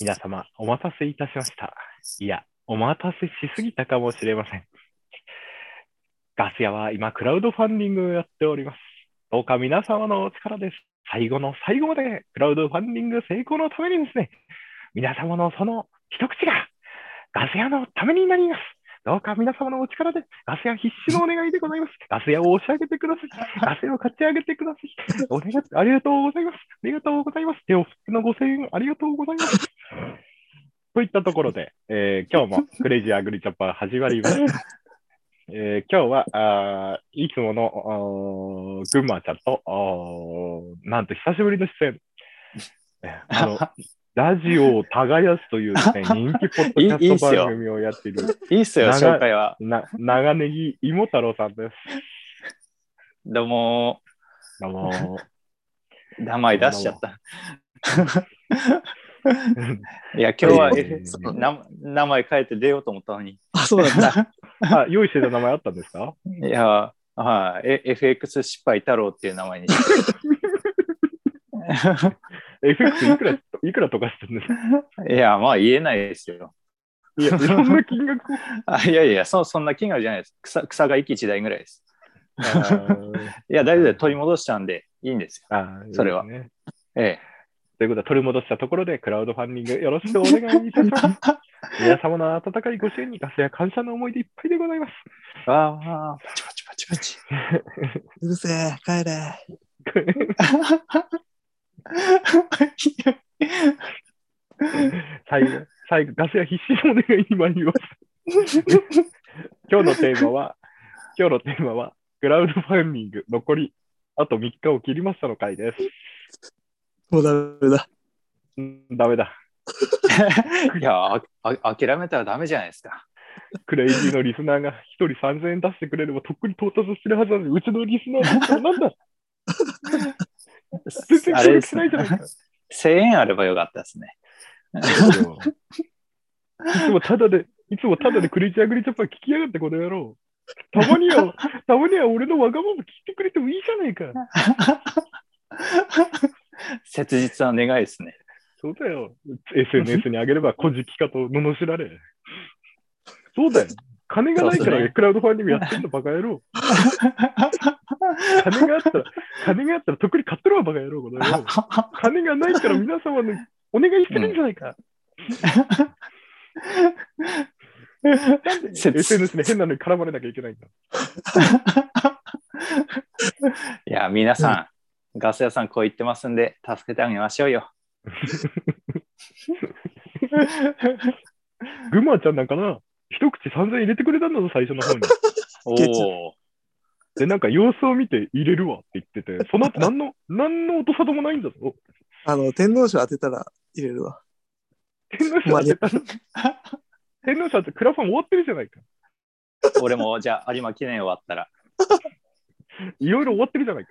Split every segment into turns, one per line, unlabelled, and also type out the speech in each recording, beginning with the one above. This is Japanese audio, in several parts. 皆様、 お待たせいたしました。いや、お待たせしすぎたかもしれません。ガス屋は今、クラウドファンディングをやっております。どうか皆様のお力です。最後の最後まで、クラウドファンディング成功のためにですね、皆様のその一口が、ガス屋のためになります。どうか皆様のお力で、ガス屋必死のお願いでございます。ガス屋を押し上げてください。ガス屋を勝ち上げてください。お願い、ありがとうございます。ありがとうございます。手を振ってのご声援ありがとうございます。 といったところで、えー今 日もクレイジーアグリチャッパー始まります。えー今日はあーいつものあー群馬ちゃんとあーなんと久しぶりの出演。えあ のラジオを耕すというです ね、人気ポッドキ
いいい
ャ
っ
ス
す
ト
よ
番組をやっている
いいっすよ、
長い
紹介は。
な長ネギ芋太郎さんです。
どうも
あの ー
ー、名前出しちゃった。いや、今日は
え
え
ー
そうな名前変えて出ようと思ったのに。
あ、そうなんだ。
あ用意してた名前あったんですか
いやー、はい、え FX 失敗太郎っていう名前にして。
?FX いくら、いくらとかしてるんですか
いや、まあ言えないですよ。
いや、そんな金額を
あいやいやそ、そんな金額じゃないです。草草が一期一代ぐらいです。
あー
いや、大丈夫です。取り戻したんでいいんですよ。
あー
それは
ですね
え
ということで、取り戻したところで、クラウドファンディングよろしくお願いいた します。皆様の温かいご支援に、ガスや感謝の思いでいっぱいでございます。
え。わあ、パチパチパチパチ。
うるせえ、帰れ。
最後、最後、ガスや必死のお願いに参ります。 今日のテーマは、今日のテーマは、クラウドファンディング残りあと3日を切りましたの回です。
もうダメだ。
うんダメだ。
いやああ、諦めたらダメじゃないですか。
クレイジーのリスナーが1人3000円出してくれればとっくに到達してるはずなのに、うちのリスナーだったらなんだ全然
あれ
協
で
力
す
し
ね
ないじゃないか。
1000円あればよかったですね。
いつもただで、いつもただでクレイジーアグリチャッパー聞きやがって、この野郎。たまには、たまには俺のわがまま聞いてくれてもいいじゃないか。
切実な願いですね。
そうだよ。SNS に上げれば、小じきかと罵られ。そうだよ。金がないか
そうです
ら
ね
クラウドファンディングやってんだ、バカ野郎。金があったら、金があったら、とっくに買ってるわ、バカ野郎、この野郎。金がないから皆様のお願いしてるんじゃないか。
切
SNS に変なのに絡まれなきゃいけないんだ。
いや、皆さん、ガス屋さんこう言ってますんで、助けてあげましょうよ。
グマちゃんなんかな、一口3000入れてくれたんだぞ、最初の方に。
お
ケチ
お。
で、なんか様子を見て入れるわって言ってて、その後何の、何の音沙汰もないんだぞ。
あの、天皇賞当てたら入れるわ。
天皇賞って、天皇賞ってクラファン終わってるじゃないか。
俺も、じゃあ、有馬記念終わったら。
いろいろ終わってるじゃないか。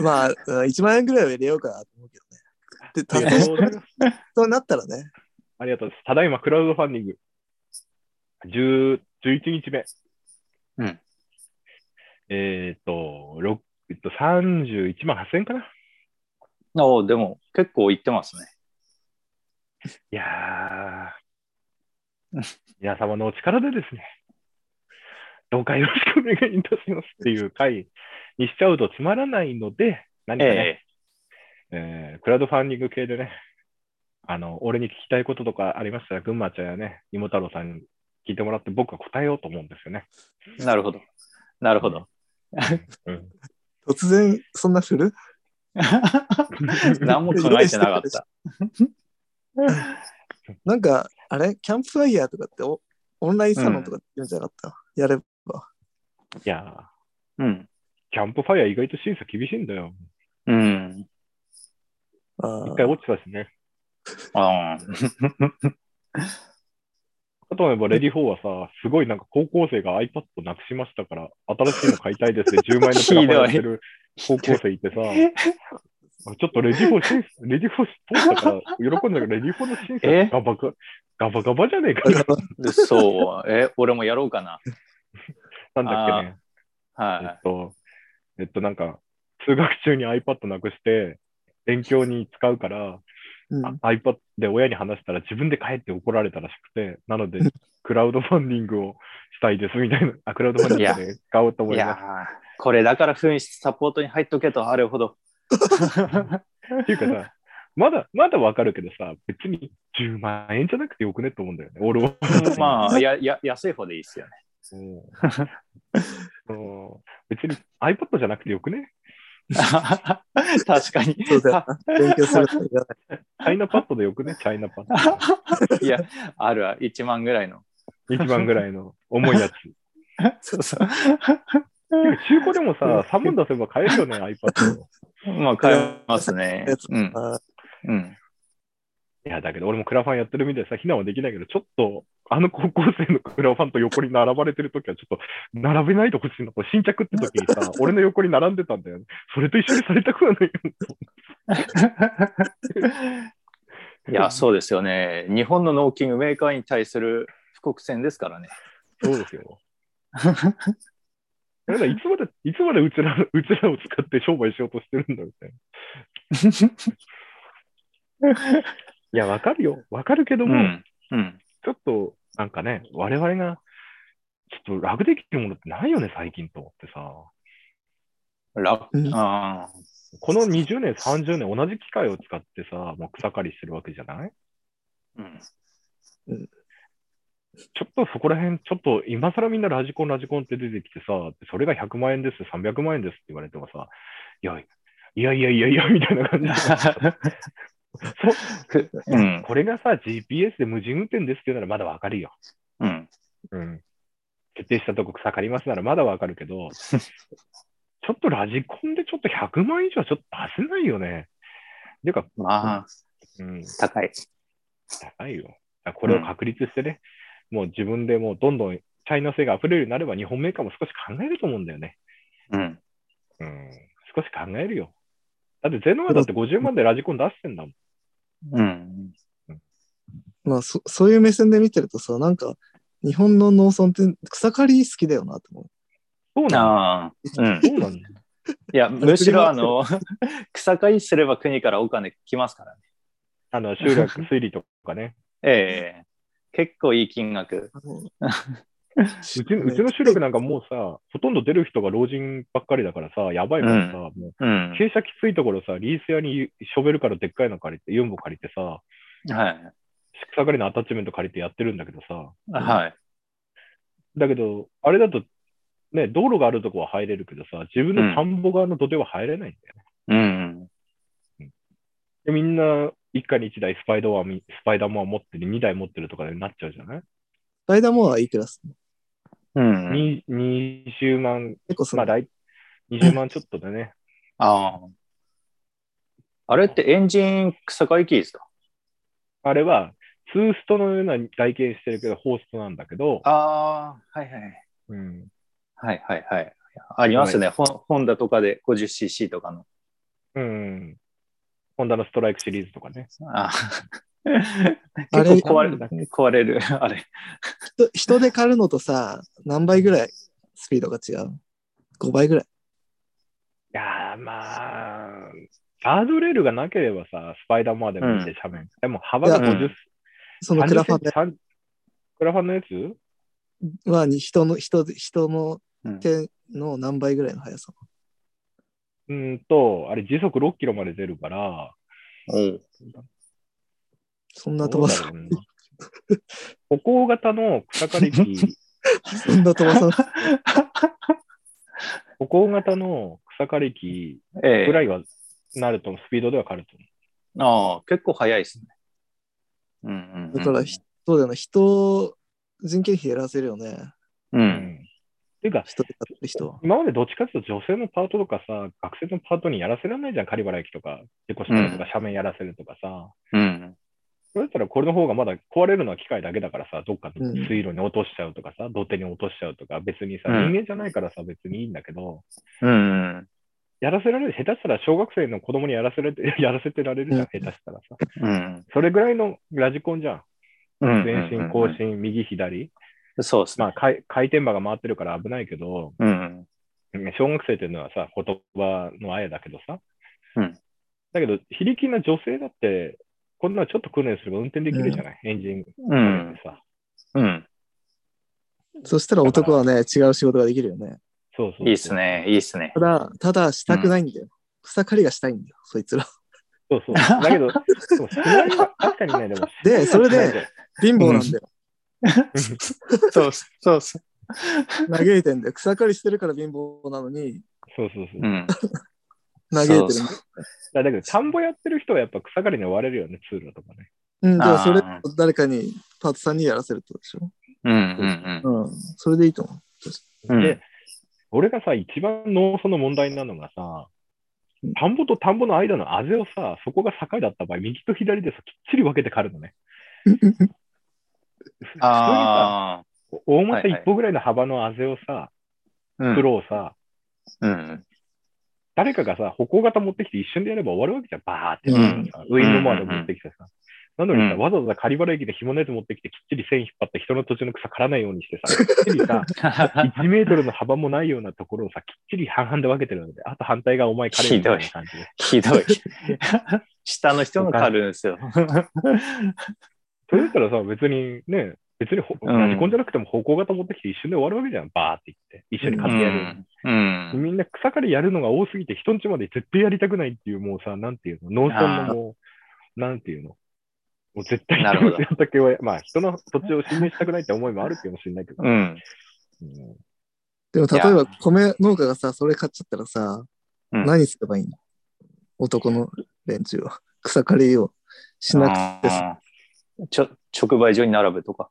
まあ、うん1万円ぐらいは入れようかなと思うけど
あ
ね。で、た
りがと
だ、
うございます。
そうなったらね。
ありがとうございます。ただいまクラウドファンディング、10 11日目。
うん
えーっと、ろくえっと、31万8000円かな。
おお、でも、結構言ってますね。
いやー、皆様のお力でですね、どうかよろしくお願いいたしますっていう回にしちゃうとつまらないので、何かね、
え
えークラウドファンディング系でね、あの、俺に聞きたいこととかありましたら、群馬ちゃんやね、芋太郎さんに聞いてもらって、僕は答えようと思うんですよね。
えなるほど。なるほど。
うん、
突然、そんな振る
何も考えてなかった。
なんか、あれキャンプファイヤーとかっておオンラインサロンとかって言うんじゃなかった、やれば。
いや
う
ー、
ん。
キャンプファイヤー意外と審査厳しいんだよ。
うん。
あ
一
ー
回落ちたしね。
あ
あとはやっぱレディフォーはさ、すごいなんか高校生が iPad なくしましたから、新しいの買いたいですね、10万円のプラモやってる高校生いてさ、ちょっとレディフォー審査、レディフォー通ったから、喜んだけど、レディフォーの審
え
査ガバガガバガバじゃねえかな
あ。そう。え、俺もやろうかな。
なんだっけね。
はい
え
は
っ
い。
と、えっと、なんか、通学中に iPad なくして、勉強に使うから、
うん。
あ iPad で親に話したら自分で帰って怒られたらしくて、なので、クラウドファンディングをしたいですみたいな、あクラウドファンディングで使おうと思
い
い
やー
ま
これだから紛失サポートに入っとけとあれほ ど。
す。っていうかさ、まだ、まだわかるけどさ、別に10万円じゃなくてよくねと思うんだよね、俺は。
まあやや安い方でいいですよね。
そうそう別に iPad じゃなくてよくね
確かに。
そうだよな。勉強するといらない。
チャイナパッドでよくねチャイナパッド。
いや、あるわ、1万ぐらいの。
一番ぐらいの重いやつ。
そうそう。
でも中古でもさ、3万出せば買えるよね、iPad を。
まあ、買えますね
やつ。
うん。
あ
うん、
いや、だけど俺もクラファンやってるみたいでさ、避難はできないけど、ちょっと、あの高校生のクラファンと横に並ばれてる時は、ちょっと、並べないでほしいの。こう新着って時に さ、俺の横に並んでたんだよね。それと一緒にされたくはないよ。
いや、そうですよね。日本の農機具メーカーに対する不国戦ですからね。
そうですよ。だからいつまで、いつまでうちら、うちらを使って商売しようとしてるんだみたい な。いや、わかるよ。わかるけど
う
も、
ん。うん。
ちょっと、なんかね、我々が、ちょっと楽できるものってないよね、最近と思ってさ。
楽
うん
あー
この20年、30年、同じ機械を使ってさ、もう草刈りしてるわけじゃない
うん
ちょっとそこら辺、ちょっと今更みんなラジコン、ラジコンって出てきてさ、それが100万円です、300万円ですって言われてもさ、いや、いやいやいやいや、みたいな感じで
うん。
これがさ、GPS で無人運転ですって言うならまだわかるよ。
うん。
うん。決定したとこ草刈りますならまだわかるけど、ちょっとラジコンでちょっと100万円以上はちょっと出せないよね。ていうか、
まあ、
うん、
高い。
高いよ。だからこれを確立してね、もう自分でもうどんどんチャイナ製が溢れるようになれば、日本メーカーも少し考えると思うんだよね。
うん。
うん、少し考えるよ。だってゼノアだって50万でラジコン出してんだもん。
うん。
まあそ、そういう目線で見てるとさ、なんか、日本の農村って草刈り好きだよなと思う。
そうなん
ああ。うん
だ。。そうなんだ。
いや、むしろあの、 草刈りすれば国からお金来ますからね。
あの、集落推理とかね。
ええ結構いい金額。
あの
うちうちの集落なんかもうさ、ほとんど出る人が老人ばっかりだからさ、やばいからさ、も
う。
うん傾斜きついところさ、リース屋にショベルからでっかいの借りて、ユンボ借りてさ、
はい。
草刈りのアタッチメント借りてやってるんだけどさ、
はい。
だけど、あれだと、ね、道路があるとこは入れるけどさ、自分の田んぼ側の土手は入れないんだよね。
うん。
で、みんな、一家に一台スパイダーマンみ、スパイダーマン持ってる、二台持ってるとかになっちゃうじゃない、
ダイダモアはいいクラス。
うん。
に ?20 万、
結構そ
まあ
の、
大、20万ちょっと でね。
ああ。あれってエンジン草刈り機ですか
あれは、ツーストのような台形してるけど、ホーストなんだけど、
ああ、はいはい。
うん、
はいはいはい。ありますね。ホホンダとかで 50cc とかの。
うん。ホンダのストライクシリーズとかね。
あ
あ
あ
れ
結構壊れ壊れる。 あれ。
人人で刈るのとさ、何倍ぐらいスピードが違う ?5 倍ぐらい。
いやー、まあ、ガードレールがなければさ、スパイダーマンでもいいで、斜面。でも幅が
い
やう
50
ん
そのクラファンで
30クラファンのやつ
はに人の、人で、人の
うん
手の何倍ぐらいの速さ。
うーんと、あれ時速6キロまで出るから、
そんな飛ばさ
どうだろうな歩行型の草刈り 機、
ない。そんな飛ばさない。
歩行型の草刈り機
え
ぐら
え。
いはなると、スピードでは刈ると思
ああ、結構早いですね。うんうんうん。
だからひ、そうだよね。人、人件費減らせるよね。
う。
う。うんんっていうか、
人で買ってる人は。
今までどっちかっていうと女性のパートとかさ、学生のパートにやらせられないじゃん、刈り払い機とか、事故したりとか、
うん
斜面やらせるとかさ。
うん。
それだったらこれの方がまだ壊れるのは機械だけだからさ、どっか
うん
の水路に落としちゃうとかさ、土手に落としちゃうとか、別にさ、
うん
人間じゃないからさ、別にいいんだけど、
うんうん。
やらせられる、下手したら小学生の子供にやらせれて やらせてられるじゃん、下手したらさ。
うん。
それぐらいのラジコンじゃん。
うん
前進、後。進、右、左。
そうですね。
まあ、回回転馬が回ってるから危ないけど、
うん。
いね、小学生っていうのはさ、言葉のあやだけどさ、
うん
だけど、非力な女性だって、こんなのちょっと訓練すれば運転できるじゃない、エンジン
うん。
さ。
うん。
そしたら男はね、違う仕事ができるよね。
そうそうそう
いいっす。ね。いいっすね
た。だ、ただしたくないんだよ。草刈りがしたいんだよ、そいつら。
そうそう。だけど、でもしないわ確かにね、でも、
で、それ
しない
で
と
貧乏なんだよ。
そうそうそう。
嘆いてんだよ。草刈りしてるから貧乏なのに、
そうそうそう。
うん。
嘆いてる
そ
んだよ
うそ
だだけど、田んぼやってる人はやっぱ草刈りに追われるよね、通路とかね。
うん、だからそれ
あ
を誰かに、パートさんにやらせるってことでしょ。
うんうん
うん、それでいいと思
うん。うん
で、俺がさ、一番農村の問題なのがさ、田んぼと田んぼの間のあぜをさ、そこが境だった場合、右と左でさ、きっちり分けて刈るのね。
う。
ああ。
大股一歩ぐらいの幅のあぜを
う
さ、
ん
黒をさ、
うん。
誰かがさ、歩行型持ってきて一瞬でやれば終わるわけじゃん、バーって
う
さ、
ん
ウィンドウまで持ってきてさ。なのにさ、
うん
わざわざ狩原駅で紐のやつ持ってきて、きっちり線引っ張って、人の土地の草刈らないようにして さ、きっちりさ、1メートルの幅もないようなところをさ、きっちり半々で分けてるので、あと反対がお前彼みたいな感じで。
ひど い。下の人が狩るんですよ。
それだったらさ、別にね、別にほ
うん
ラジコンじゃなくても方向型持ってきて一瞬で終わるわけじゃん、バーって言って。一緒に
う
買ってやる。
ん。うん。
みんな草刈りやるのが多すぎて、人んちまで絶対やりたくないっていう、もうさ、なんていうの、農村のもう、なんていうの、もう絶対
なるほど
人の畑は、まあ、人の土地を侵入したくないって思いもあるかもしれないけど、
うん。
うん
でも例えば米農家がさ、それ買っちゃったらさ、
うん
何すればいいの男の連中は。草刈りをしなくてさ。
あーちょ直売所に並ぶとか。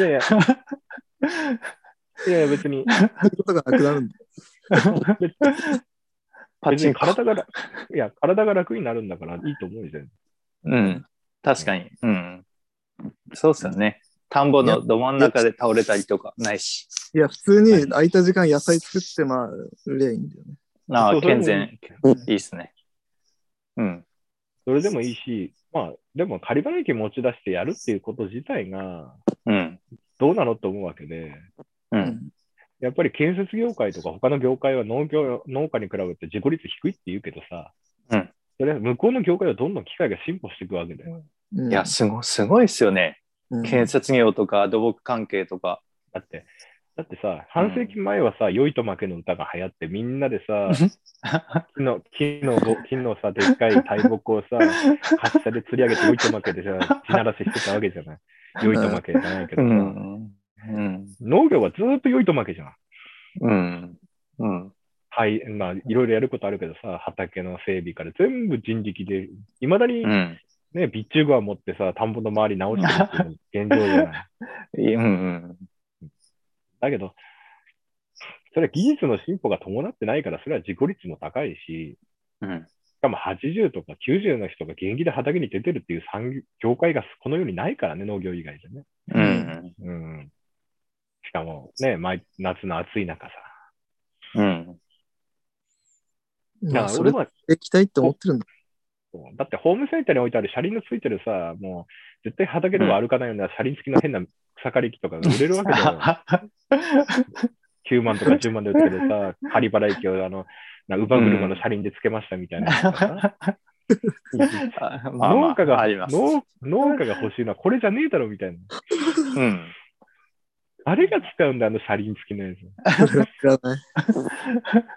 やいや、いやいや別に、
そういうことがなくなるんだよ。
別
パ
別
チ
に
ンコ。
体が楽、いや、体が楽になるんだからいいと思うじゃん。
うん。確かに。うん。そうっすよね。田んぼのど真ん中で倒れたりとかないし。
いや、普通に空いた時間野菜作って、まあ、売りゃいいんだよね。
あ
そ
あ、
うそ
健
れも
全。いいっすね。うん。
それでもいいし、まあ、でも、仮払い機持ち出してやるっていうこと自体が、
うん。
どうなのと思うわけで、
う。
うん
やっぱり建設業界とか他の業界は農業農家に比べて自己率低いって言うけどさ、
うん
それは向こうの業界はどんどん機械が進歩していくわけだよ。
うん
いや、すごい、すごいっすよね。
うん
建設業とか土木関係とか。
だって、だってさ、半世紀前はさ、良いと負けの歌が流行って、みんなでさ、木の、木のぼ、木のさ、でっかい大木 をさ、発射で釣り上げて、良いと負けでさ、地ならししてたわけじゃない。良いと負けじゃないけ
う
どさ、
ん。うん。
農業はずーっと良いと負けじゃん。
うん。うん。
はい、まあ、いろいろやることあるけどさ、畑の整備から全部人力で、いまだに
うん。
ね、ビッチューバー持ってさ、田んぼの周り直してるっていうのが現状じゃ ない。
いうん。
だけど、それは技術の進歩が伴ってないから、それは自己率も高いし、
うん。
しかも80とか90の人が現役で畑に出てるっていう産業業界がこの世にないからね、農業以外でね。
うん。
うん。しかもね、毎夏の暑い中さ。
うん。
だ
まあ、
から
それ
俺は
できたいって思ってるん だ。
そうだってホームセンターに置いてある車輪のついてるさ、もう絶対畑では歩かないような車輪付きの変な草刈り機とかが売れるわ けだ よ。9万とか10万で売ってるさ、仮払い機をあの、な馬車の車輪でつけましたみたいなやつとかさ。
あまあまあ
農家が
あります。
農農家が欲しいのはこれじゃねえだろみたいな。
うん。
誰が使うんだ、あの車輪付きのやつ。
それはいらない。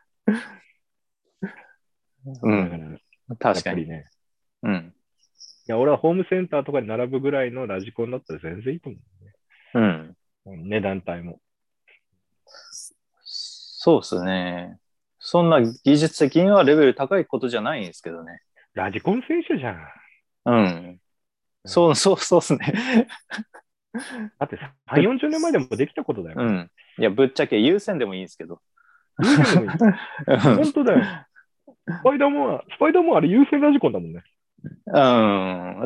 う
だから
ん。確かに。
ね。
うん。
いや、俺はホームセンターとかに並ぶぐらいのラジコンだったら全然いいと思
うん。
う。値段帯も。
そうですね。そんな技術的にはレベル高いことじゃないんですけどね。
ラジコン選手じゃん。
うん。そう、そう、そうですね。
だって3、40年前でもできたことだよ。
うん。いや、ぶっちゃけ優先でもいいんですけど。
優先でもいい
うん
本当だよ。スパイダーマン、スパイダーマンあれ優先ラジコンだもんね。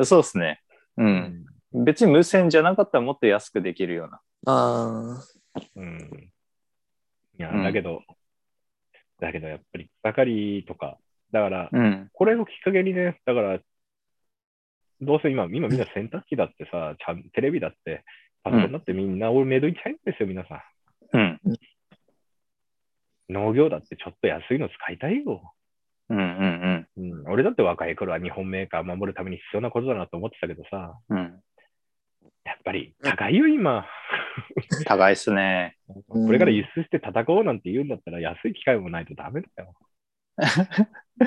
うん。そうですね。うん。別に無線じゃなかったらもっと安くできるような。
ああ、
うん。いや、
うん
だけど、だけどやっぱり草刈りとか、だから、
うん。
これをきっかけにね、だから、どうせ今、今みんな洗濯機だってさ、ちゃんテレビだって、パソコンだってみんな、俺メイドインチャイナですよ、皆さん。
うん。
農業だってちょっと安いの使いたいよ。
うんうん
うん、俺だって若い頃は日本メーカー守るために必要なことだなと思ってたけどさ、
うん。うん。
やっぱり高いよ、今。
高いっすね。
うん
これから輸出して戦おうなんて言うんだったら安い機械もないとダメだよ。だっ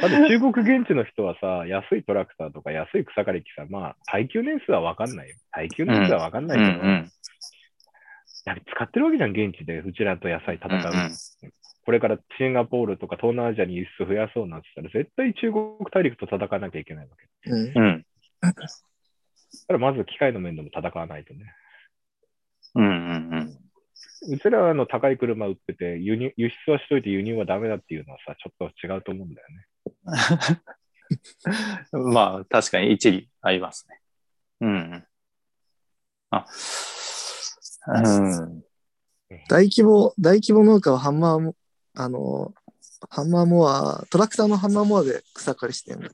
て中国現地の人はさ、安いトラクターとか安い草刈り機さ、まあ、耐久年数は分かんないよ。耐久年数は分かん
う
なんいうけど、
ん。
やっぱ使ってるわけじゃん、現地で、うちらと野菜戦う。
うんうん
これからシンガポールとか東南アジアに輸出増やそうなんて言ったら、絶対中国大陸と戦わなきゃいけないわけ。
うん
うん。
だからまず機械の面でも戦わないとね。
うんうんうん。
うちらはあの高い車売ってて輸入、輸出はしといて輸入はダメだっていうのはさ、ちょっと違うと思うんだよね。
まあ、確かに一理ありますね。うん。あ、うん。
大規模、大規模農家はハンマーも、あの、ハンマーモア、トラクターのハンマーモアで草刈りしてるんだっ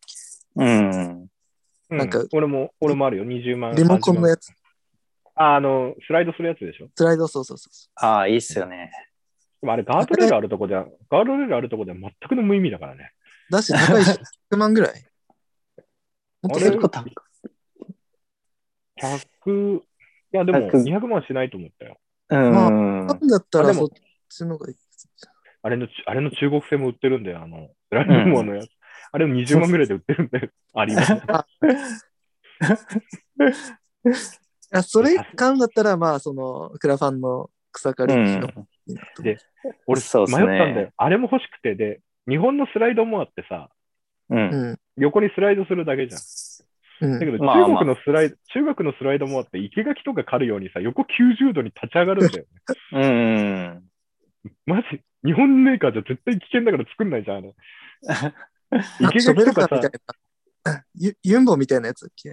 うん。
う
なんか
俺も、俺もあるよ、20万。
け。リモコンのやつ、
あ、あの、スライドするやつでしょ。
スライド、そうそうそうそ
ああ、いいっすよね。
でもあれ、ガードレールあるとこでは、ガードレールあるとこでは全くの無意味だからね。
う。だし、高いし、100万ぐらい。もっと
あ
す
れ
結
る
構高い
100、いや、でも
100
200万はしないと思ったよ。
うん。
なんだった
あ
ら
で
そ
も
っちの方がいい。
あれの、あれの中国製も売ってるんだよ、あの、スライドモアのやつ。あれも20万ぐらいで売ってるんだ よ。あります。
あそれ買うんだったら、まあ、その、クラファンの草刈り機の方がいいなと思う
で俺、迷
そうっ
った
す
ん
ね
だよ。あれも欲しくて、で、日本のスライドモアってさ、
うん。
うん。
横にスライドするだけじゃん。
う
だ
ん
けど、
まあまあ
中国のスライド、中学のスライドもあって、生垣とか狩るようにさ、横90度に立ち上がるんだよね。
うん。
マジ、日本メーカーじゃ絶対危険だから作んないじゃん。あれ
あ
生
ショベ
垣と
ルカ
か
ーみた
さ
い、な。ユユンボみたいなやつだっけ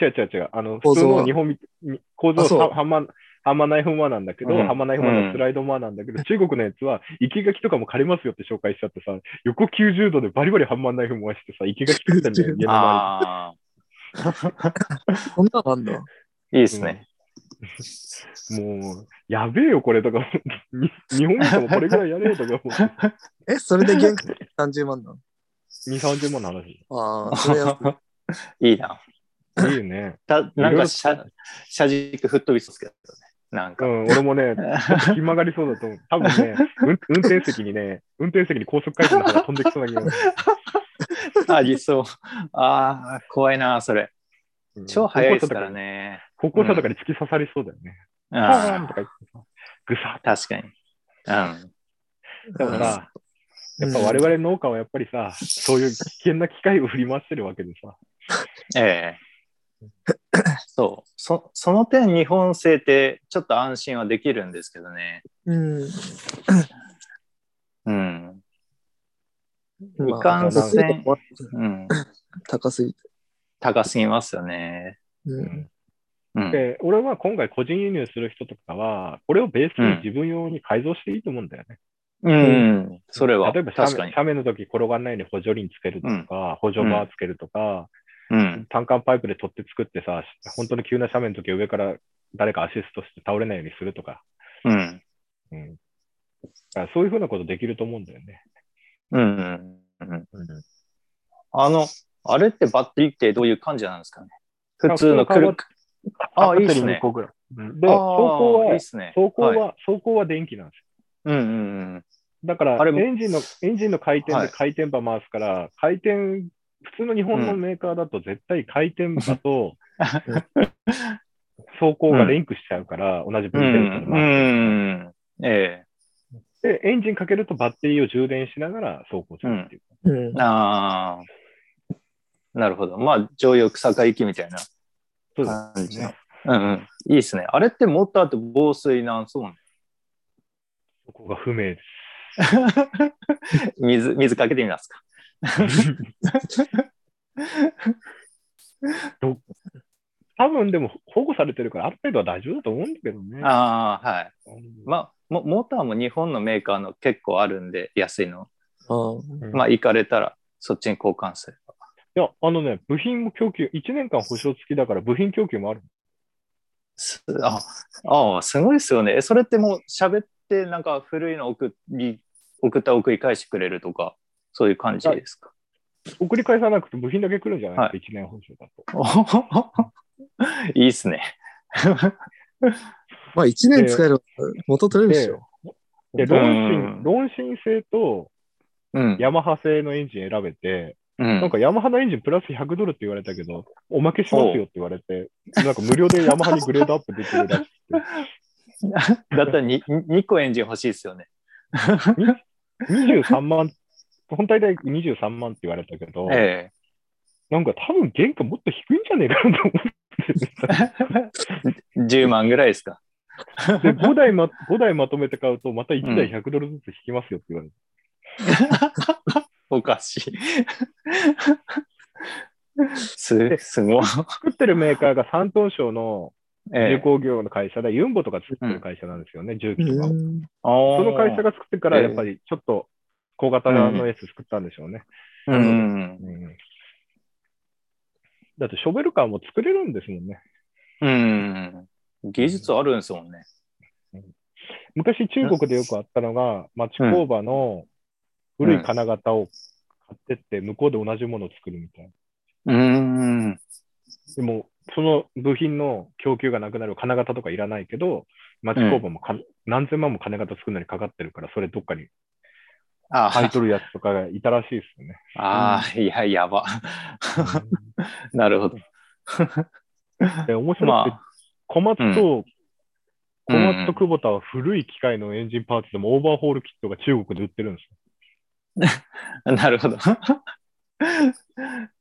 違う違う違う、あの、
構
普
造
通
は
の日本み、に構造
あそう
はハンマー、ハンマーナイフモアなんだけど、
うん
ハンマーナイフモアのスライドモアなんだけど、中国のやつは、生垣とかも狩れますよって紹介しちゃってさ、横90度でバリバリハンマーナイフモアしてさ、生垣作ってんだよ、家の周
ああ、
そんなのあんだ。
いいっすね。
り。もう、やべえよ、これとか、に日本人もこれぐらいやれよとか、もう、
え、それで原価30万なの
2、30万の話。い
ああ、それ安い
いいな。
いよね。
たなん
いろい
か
ろ
車、車軸吹っ飛びそうっすけどね。なん
う
か。
ん、俺もね、気曲がりそうだと思う。多分ね、うん運転席にね、運転席に高速回転の方が飛んできそうな気 がする
ありそう。ああ、怖いな、それ。
うん
超速いですから。ね。
歩行者とかに歩行者とかに突き刺さりそうだよね。パーン
あ
とか言ってさぐさ
あ、確かに。うん。
っとだから、
うん
やっぱ我々農家はやっぱりさ、そういう危険な機械を振り回してるわけでさ。
え えそうそその点日本製ってちょっと安心はできるんですけどね
うん。
うん、
ま
い
あ、
かんせ
完
ん
ん、
うん、
高すぎて。
高すぎますよね、
う。
うんん
うん、
で、俺は今回個人輸入する人とかは、これをベースに自分用に改造していいと思うんだよね。
うん、それは
例えば
確
斜
か
面
に、
斜面の時転がんないように補助輪つけるとか、補助バーつけるとか、
うん、
単管パイプで取って作ってさ、本当に急な斜面の時は上から誰かアシストして倒れないようにするとか、
うん、
うん、だからそういうふうなことできると思うんだよね。
うん、うん、あの、あれってバッテリーってどういう感じなんですかね普通の車
車は
ああ、いい
バ
で
ッテリ
す
ー
ね
二。個ぐらいうん
あ
で、走行
あ、いい
は
っ、すね。
走行は、
い、
走行は電気なんですよ。
うん、うん、
だから
あれも
エンジンの、エンジンの回転
は
で
い
回転場回すから、回転、普通の日本のメーカーだと絶対回転場と、
うん
走行がリンクしちゃうから、同じ
う
分
ん、う
線
ん
で、
う
回
ん、え
すで、エンジンかけるとバッテリーを充電しながら走行するっていう。
うん
え、ああ、なるほど。まあ、常用草刈り機みたいな。
そうです
感じの。うんうん。いいですね。あれってモーターって防水なんそうね。
そこが不 明です。
水、水かけてみますか。
多分でも保護されてるから、ある程度は大丈夫だと思うんだけどね。
ああ、はい。
うん
まあ、モモーターも日本のメーカーの結構あるんで、安いの。
あー
まあ、行かれたら、そっちに交換する。
いや、あのね、部品も供給、1年間保証付きだから部品供給もある。
すあああ、すごいですよね。えそれってもう喋って、なんか古いの送り送ったら送り返してくれるとか、そういう感じですか。
送り返さなくて部品だけ来るんじゃない
は
ですか、1年報酬だと。
いいっすね。
まあ1年使えれば元取れるでしょ。
で、
う
ロ
ん
ンシン、ロンシン製と
うん。
ヤマハ製のエンジン選べて、
うん
なんかヤマハのエンジンプラス100ドルって言われたけど、おまけしますよって言われて、なんか無料でヤマハにグレードアップできるらし
だったら に2個エンジン欲しいですよね。
くて、23万、本体代23万って言われたけど、
え
なんか多分原価もっと低いんじゃねえかなと思
え。10万ぐらいですか。
って、5 台ま5台まとめて買うと、また1台100ドルずつ引きますよって言われて、
おか しい。す、すごい。
作ってるメーカーが三トン賞の重
ええ。
工業の会社で、ユンボとか作ってる会社なんですよね、重機とか。
うん
そ
その会社が作ってから、
ええ
やっぱりちょっと小型のやつ作ったんでしょうね。
うん。
うんだってショベルカーも作れるんですもんね。
うん。技術あるんですもんね。
昔中国でよくあったのが、町工場の古い金型を買ってって、向こうで同じものを作るみたいな。
うん。
でも、その部品の供給がなくなる金型とかいらないけど、町工場もか何千万も金型作るのにかかってるから、それどっかに
あ
買い取るやつとかがいたらしいですよね。
ああ、いや、やば。 なるほど。
で面白くて
ま、
小松と、
うん
小松と久保田は古い機械のエンジンパーツでもオーバーホールキットが中国で売ってるんですよ。
あ、なるほど。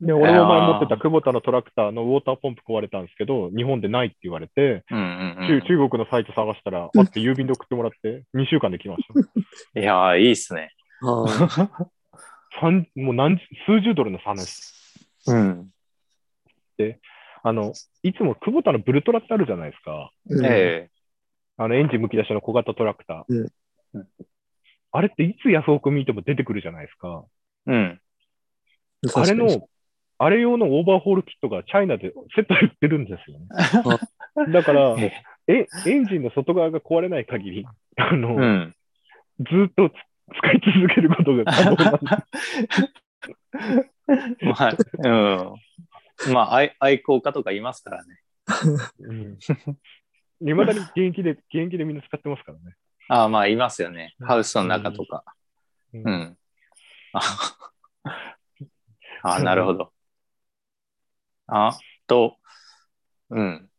で、俺も前持ってた久保田のトラクターのウォーターポンプ壊れたんですけど、日本でないって言われて、
うんうん
中
う
中国のサイト探したら、あって郵便で送ってもらって、2週間で来ました。
ん。いやー、いいっすね。
ああ
三もう何十数十ドルの差なんです。
うん。
あの、いつも久保田のブルトラってあるじゃないですか。
うん
え
あの、エンジンむき出しの小型トラクター。
うん
うん
あれっていつ安く見ても出てくるじゃないですか。
え。うん。
あれ
確かに
の、あれ用のオーバーホールキットがチャイナでセットで売ってるんです よね。だから、
え
え、エンジンの外側が壊れない限り、あの、
うん。
ずっとつ使い続けることが可能なんで
まあ、うん。まあ、愛愛好家とかいますからね。
す。いまだに現役で、現役でみんな使ってますからね。
ああ、まあ、いますよね。ハウスの中とか。
う
うんん。ああ、なるほど。あと、うん。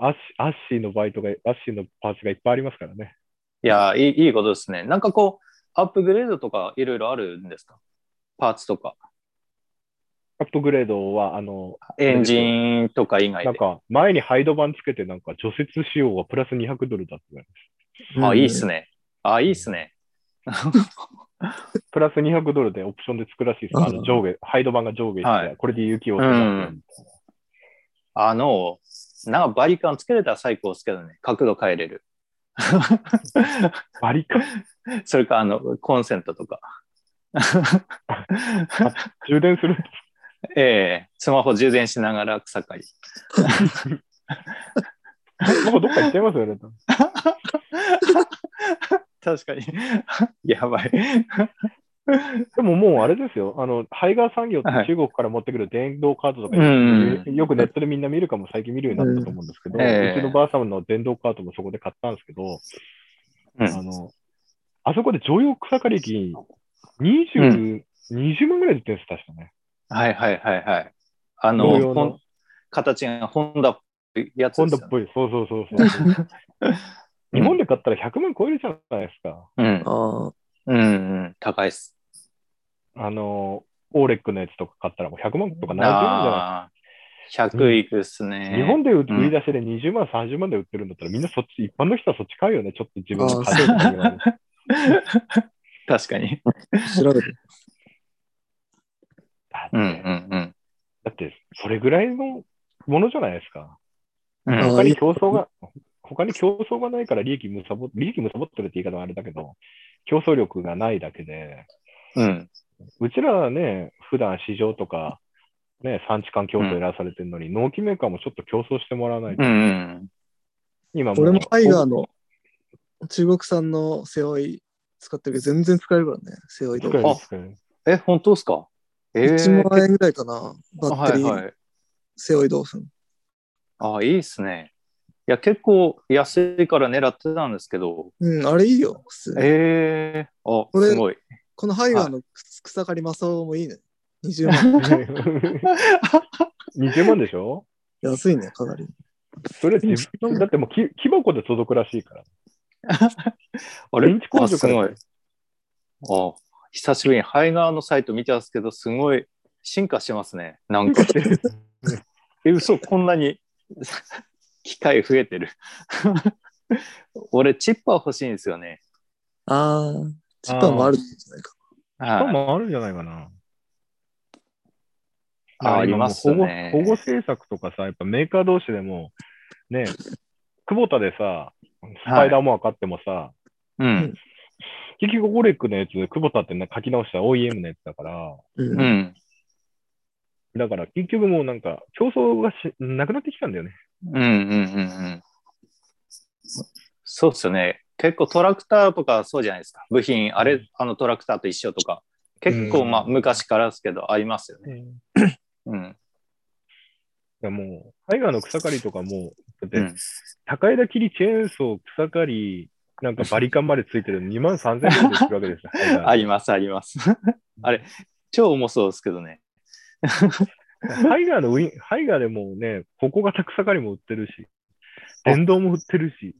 アッシアッシーのバイトが、アッシーのパーツがいっぱいありますからね。
いやいい、いいことですね。なんかこう、アップグレードとかいろいろあるんですかパーツとか。
アップグレードは、あの、
エンジンとか以外
なん
で。
か、前にハイド板つけて、なんか、除雪仕様がプラス200ドルだって言わ
あ、
れて
いいっす
ね。
ね。あ、いいっすね。
プラス200ドルでオプションでつくらしいです。
うん
あの上下、ハイド板が上下して、
はい
これで雪を落
あの、なんかバリカンつけれたら最高ですけどね。角度変えれる。
バリカン、
それか、あの、コンセントとか。
充電する。
ええスマホ充電しながら草刈り。
なんかどっか行っちゃいますよね。
確かに。 やばい。
でももうあれですよ。あの、ハイガー産業って
はい
中国から持ってくる電動カートとか、
うん
よくネットでみんな見るかも最近見るようになったと思うんですけど、
うんええ
うちのばあさんの電動カートもそこで買ったんですけど、
う
あ
ん、
の、あそこで常用草刈り機20、20万ぐらいで売ってるんです、確かね。
はいはいはいはい。あ
同
の、
様の
ほん形がホンダっぽいやつ
ホ
で
ン
すよ
ダ
ね、
っぽい。そうそうそうそう。 日本で買ったら100万超えるじゃないですか。
うん
あ。あ
うんうん。高いっす。
あの、オーレックのやつとか買ったらもう100万とか70万じゃ
ああー、100いくっす
ない
ね。
日本で売
ん
売り出しで20万、30万で売ってるんだったら、みんなそっち、一般の人はそっち買うよね、ちょっと自分の稼いだりは
確かに。
調べて。
だって
うんうん
だって、それぐらいのものじゃないですか。
うん。うん
あー
他に競争が、他に競争がないから利益むさぼ、利益むさぼってるって言い方はあれだけど、競争力がないだけで、
うん。
うちらはね、普段市場とか、ね、産地間競争やらされてるのに、納期メーカーもちょっと競争してもらわないと、
うんうん。
今もう
俺もタイガーの中国産の背負い使ってるけど、全然使えるからね、背負いと
作
か
れ。る作れる
え、本当ですかえー
1万円ぐらいかな、バッテリー、
はいはい。
背負いどうすん
あ、いいですね。いや、結構安いから狙ってたんですけど、
うん、あれいいよ、普通に
えー、あ、
これ
すごい。
このハイガーの草刈正雄もいいね。20万。
20万でしょ
安いね、かなり。
それ自分だってもうき木箱で届くらしいから。
あれ
現地工場
あす
から
ごい。あ、久しぶりにハイガーのサイト見てますけど、すごい進化してますね。なん か。え、嘘、こんなに 機械増えてる。 俺、チッパー欲しいんですよね。
ああ、チッパーもあるんじゃないか。
多
はい。
分あるんじゃないかな。
ああり
今もう
ますね
保護保護政策とかさ、やっぱメーカー同士でも、ね、久保田でさ、スパイダーモア買ってもさ、
うん。
結局オレックのやつ、久保田ってな書き直した OEM のやつだから、
う。
うんん。
だから結局もうなんか競争がしなくなってきたんだよね。
うんうんうんうん。そうっすよね。結構トラクターとかそうじゃないですか。部品、あれ、あのトラクターと一緒とか。結構、
うん
まあ、昔からですけど、ありますよね。
い
うん。
やもう、絵画の草刈りとかも、だって、
うん
高枝切りチェーンソー、草刈り、なんかバリカンまでついてる2万3000円で売ってるわけですよ絵画
あります、あります。あれ、超重そうですけどね。
ハイガーのウィン、ハイガーでもうね、ここがた草刈りも売ってるし、電動も売ってるし、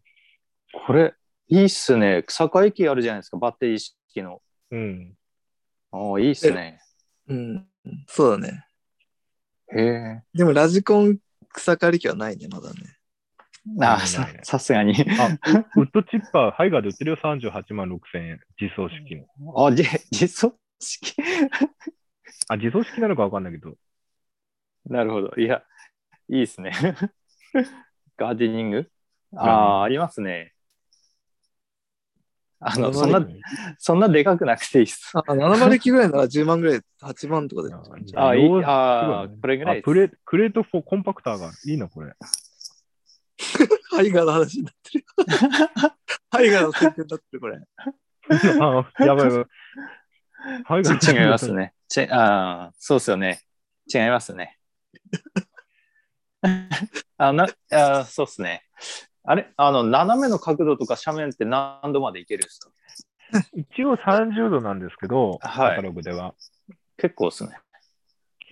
これ、いいっすね。草刈り機あるじゃないですか、バッテリー式の。
うん。
ああ、いいっすね。
うん。そうだね。
へえ。
でもラジコン草刈り機はないね、まだね。
ああ、ささすがに。
あ、ウウッドチッパー、ハイガーで売ってるよ、38万6000円、自走式の。
あ、じ、実装式。
あ、自走式なのかわかんないけど、
なるほど。いや、いいですね。 ガーデニングああ、ありますね。あの、そんな、そんなでかくなくていいっす。
あ、7馬力ぐらいなら10万ぐらい、8万とかで。
ああ、いい
洋。
ああ
すごい、ね
これぐらい
あ
です。
プレクレート4コンパクターがあるいいな、これ。
ハイガーの話になってる。 ハイガーの宣伝になってる、これ。
あやばいやばい。ハイガ
ち
ー
違います。 ね。ちああ、そうっすよね。違いますね。 あなあそうっすね。あれあの、斜めの角度とか斜面って何度までいけるんですか
一応30度なんですけど、
はい
カタログでは。
結構っすね。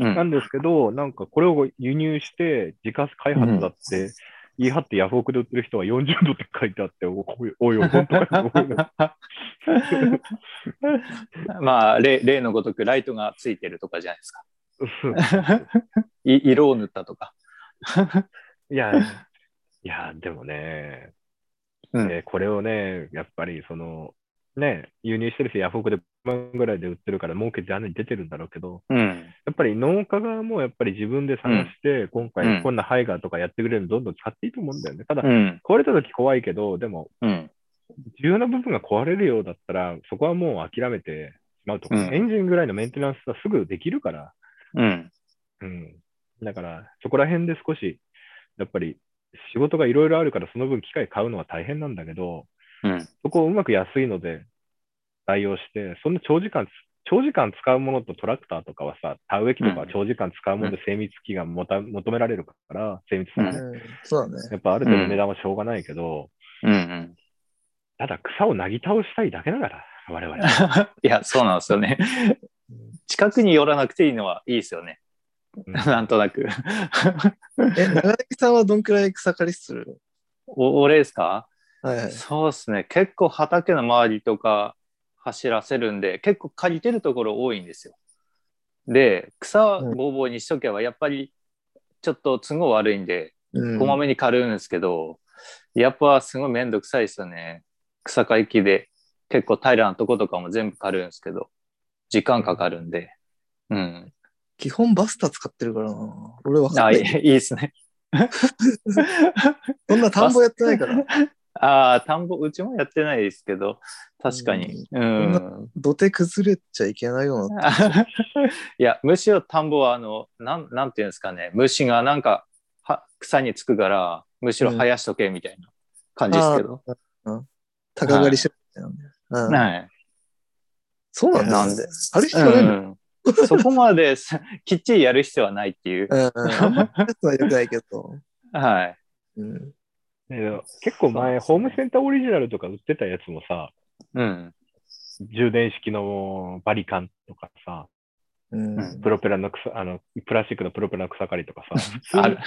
う。
なんんですけど、なんかこれを輸入して、自家開発だって言い張ってヤフオクで売ってる人は40度って書いてあって、おおいおい、本当かよ。
まあ例、例のごとくライトがついてるとかじゃないですか。
うん
い色を塗ったとか。
いや、いや、でもね、
うん
えーこれをね、やっぱりその、ね、輸入してる人、ヤフオクで5万ぐらいで売ってるから、儲けってあんなに出てるんだろうけど、
うん。
やっぱり農家側もやっぱり自分で探して、今
うん
回こんなハイガーとかやってくれるのどんどん使っていいと思うんだよね。ただ、
うん。
壊れた時怖いけど、でも
うん。
重要な部分が壊れるようだったら、そこはもう諦めてしまうとか、
うん
エンジンぐらいのメンテナンスはすぐできるから、
うん。
うん。だから、そこら辺で少し、やっぱり仕事がいろいろあるから、その分機械買うのは大変なんだけど、
うん。
そこをうまく安いので代用して、そんな長時間つ、長時間使うものとトラクターとかはさ、田植え機とかは長時間使うもので精密機がもた、求められるから、精密さがね、
うん、そうだね。
やっぱある程度値段はしょうがないけど、
うん。
ただ草をなぎ倒したいだけだから、我々は。
いや、そうなんですよね。近くに寄らなくていいのはいいですよね。
うん
なんとなく。
え、長崎さんはどんくらい草刈りする
お俺ですか
はいはい。
そうですね。結構畑の周りとか走らせるんで、結構借りてるところ多いんですよ。で、草
うん
ごぼうにしとけば、やっぱりちょっと都合悪いんで、
うん
こまめに刈るんですけど、やっぱすごいめんどくさいですよね。草刈り機で結構平らなとことかも全部刈るんですけど、時間かかるんで。うん。
基本バスタ使ってるからな。俺わかん
あ、
ないい
いいいですね。
そんな田んぼやってないから、
ああ、田んぼ、うちもやってないですけど、確かに。うん
土手崩れちゃいけないような。
いや、むしろ田んぼは、あの、なん、なんていうんですかね、虫がなんか、は、草につくから、むしろ生やしとけみたいな感じですけど。
高刈りしてるみたいなね。うん
はい。
そうなんだ。
なんで。
ある必要ないんだ。
うん、そこまで さきっちりやる必要はないっていう。
うん。あんまりやつは良くないけど。
はい。
うん。
ねでも結構前、ホームセンターオリジナルとか売ってたやつもさ、
うん。
充電式のバリカンとかさ、
うん。
うん
プロペラの草、あの、プラスチックのプロペラの草刈りとかさ、普通
あ
に
る。
普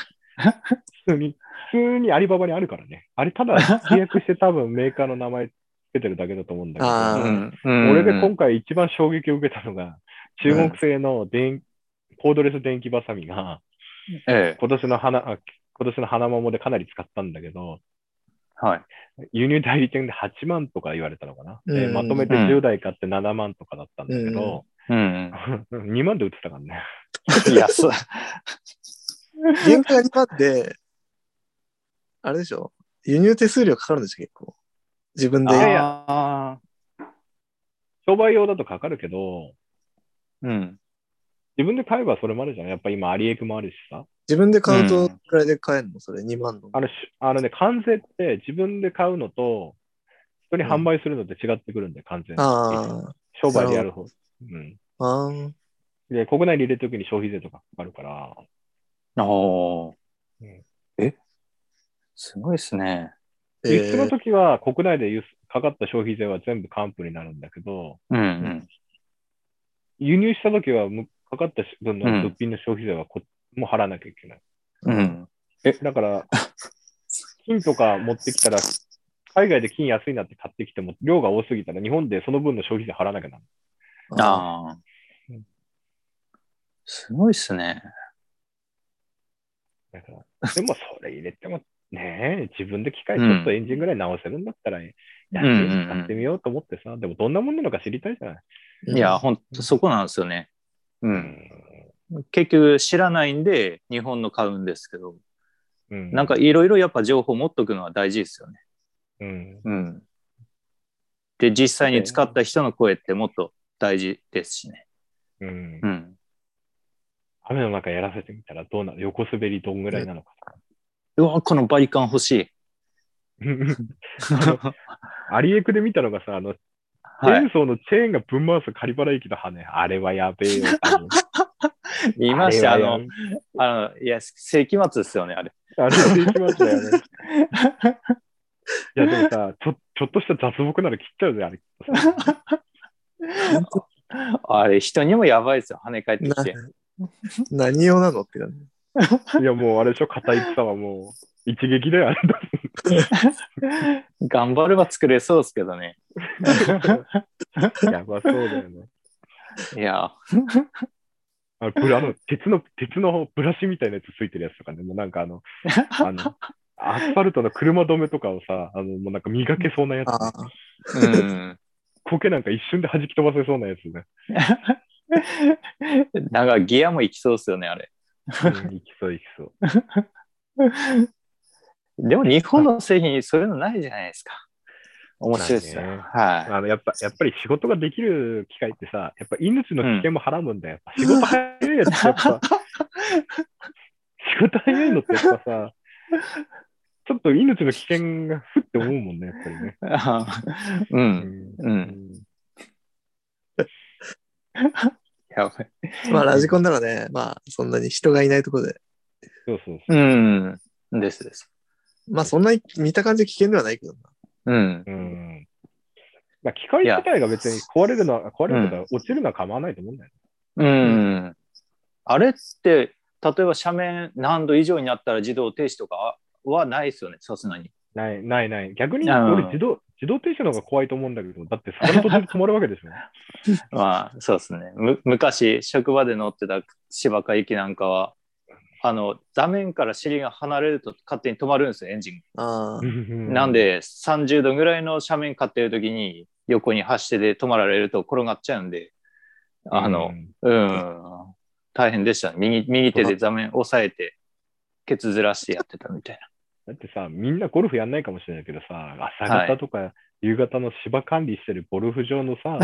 通に、普通にアリババにあるからね。あれ、ただ契約して多分メーカーの名前つけてるだけだと思うんだけ
う
あ
ど、
ん。
俺で
うん
今回一番衝撃を受けたのが、中国製の電、コードレス電気バサミが、
ええ。
今年の花、あ今年の花桃でかなり使ったんだけど、
はい。
輸入代理店で8万とか言われたのかな。で
うん
まとめて10台買って7万とかだったんだけど、
うん。
2万で売ってたからね。
いや、そう。
原価が2万で、あれでしょ輸入手数料かかるんでしょ結構。自分で。
やいや
あ
商売用だとかかるけど、
ーうん。
自分で買えばそれまでじゃん。やっぱ今、アリエクもあるしさ。
自分で買う
う
と
ん
くらいで買えるのそれ2万の。
あのしあのね、関税って自分で買うのと、人に販売するのって違ってくるんで、関税の。
あ
商売でやる方。うん。
あ。あー
で、国内に入れるときに消費税とかかかるから、
あー
うん
えすごいですね。
え
輸出の
ー
時は国内で輸出かかった消費税は全部還付になるんだけど、
うん。
輸入した時はむかかった分の
うん
物品の消費税はこ、もう払わなきゃいけない。
うん。うん。
だから、金とか持ってきたら、海外で金安いなって買ってきても、量が多すぎたら、日本でその分の消費税払わなきゃならない。
あ
ああ。すごいですね。
だから、でもそれ入れてもね、自分で機械ちょっとエンジンぐらい直せるんだったら、安いやつ買ってみようと思ってさ、でもどんなもんなのか知りたいじゃない。
ー。
いや、ほんとそこなんですよね。う。
うん
結局知らないんで日本の買うんですけど、
ん
なんか、いろいろやっぱ情報持っとくのは大事ですよね。
うん、
うん。で、実際に使った人の声ってもっと大事ですしね。
うん
う。ん。
雨の中やらせてみたらどうなる横滑りどんぐらいなのか。
うわ、このバリカン欲しい。
アリエクで見たのがさ、あの、チェ
は
ー
い。
ンソーのチェーンがぶん回すカリバラ駅の羽、あれはやべ えよ。多分
見ました。あ
あれはや
の、あの、いや、世紀末ですよね、あれ。
あれはできました よね。いや、でもさ、ちょちょっとした雑木なら切っちゃうぜ、あれ。
あれ、人にもやばいですよ、跳ね返ってきて。
何用なのって感じ。
いや、もうあれでしょ、硬い草はもう、一撃だよ、あれだ。
頑張れば作れそうですけどね。
やばそうだよね。
いや、
あの、ブラあの、鉄の、鉄のブラシみたいなやつついてるやつとかね、もうなんかあの、あの、アスファルトの車止めとかをさ、あの、もうなんか磨けそうなやつ、
ああ。
うん。
苔なんか一瞬で弾き飛ばせそうなやつね。
なんかギアも行きそうですよね、あれ。
うん、いきそう、いきそう。
でも日本の製品、そういうのないじゃないですか。面白いですよ。
ないね
は
あの、やっぱ、やっぱり仕事ができる機会ってさ、やっぱ命の危険もはらむんだよ。やっぱ仕事早 いやつってやっぱ、仕事早いのってやっぱさ、ちょっと命の危険がふって思うもんね、やっぱりね。
い。う。
うんん。
う。
うんん
やばい。
まあ、ラジコンならね、まあ、そんなに人がいないところで。
そうそうそ
う
う。
ん。ですです。
まあ、そんなに見た感じ危険ではないけどな。
うん。
うん。まあ、機械自体が別に壊れるのは、壊れるとか、落ちるのは構わないと思うんだよね。
うん。あれって、例えば斜面何度以上になったら自動停止とかはないですよね、さすがに。
ない、ない、ない。逆に、
うん
俺自動、自動停止の方が怖いと思うんだけど、だって魚とで止まるわけでしょ。
まあ、そうですね。む昔、職場で乗ってた芝か駅なんかは、あの、座面から尻が離れると勝手に止まるんですよ、エンジンが
ああ。
なんで30度ぐらいの斜面買ってる時に横に走ってで止まられると転がっちゃうんで、あの
う、
う
ん
ん、大変でしたね。右右手で座面押さえて、ケツずらしてやってたみたい
だってさ、みんなゴルフやんないかもしれないけどさ、朝方とか夕方の芝管理してるゴルフ場の さ、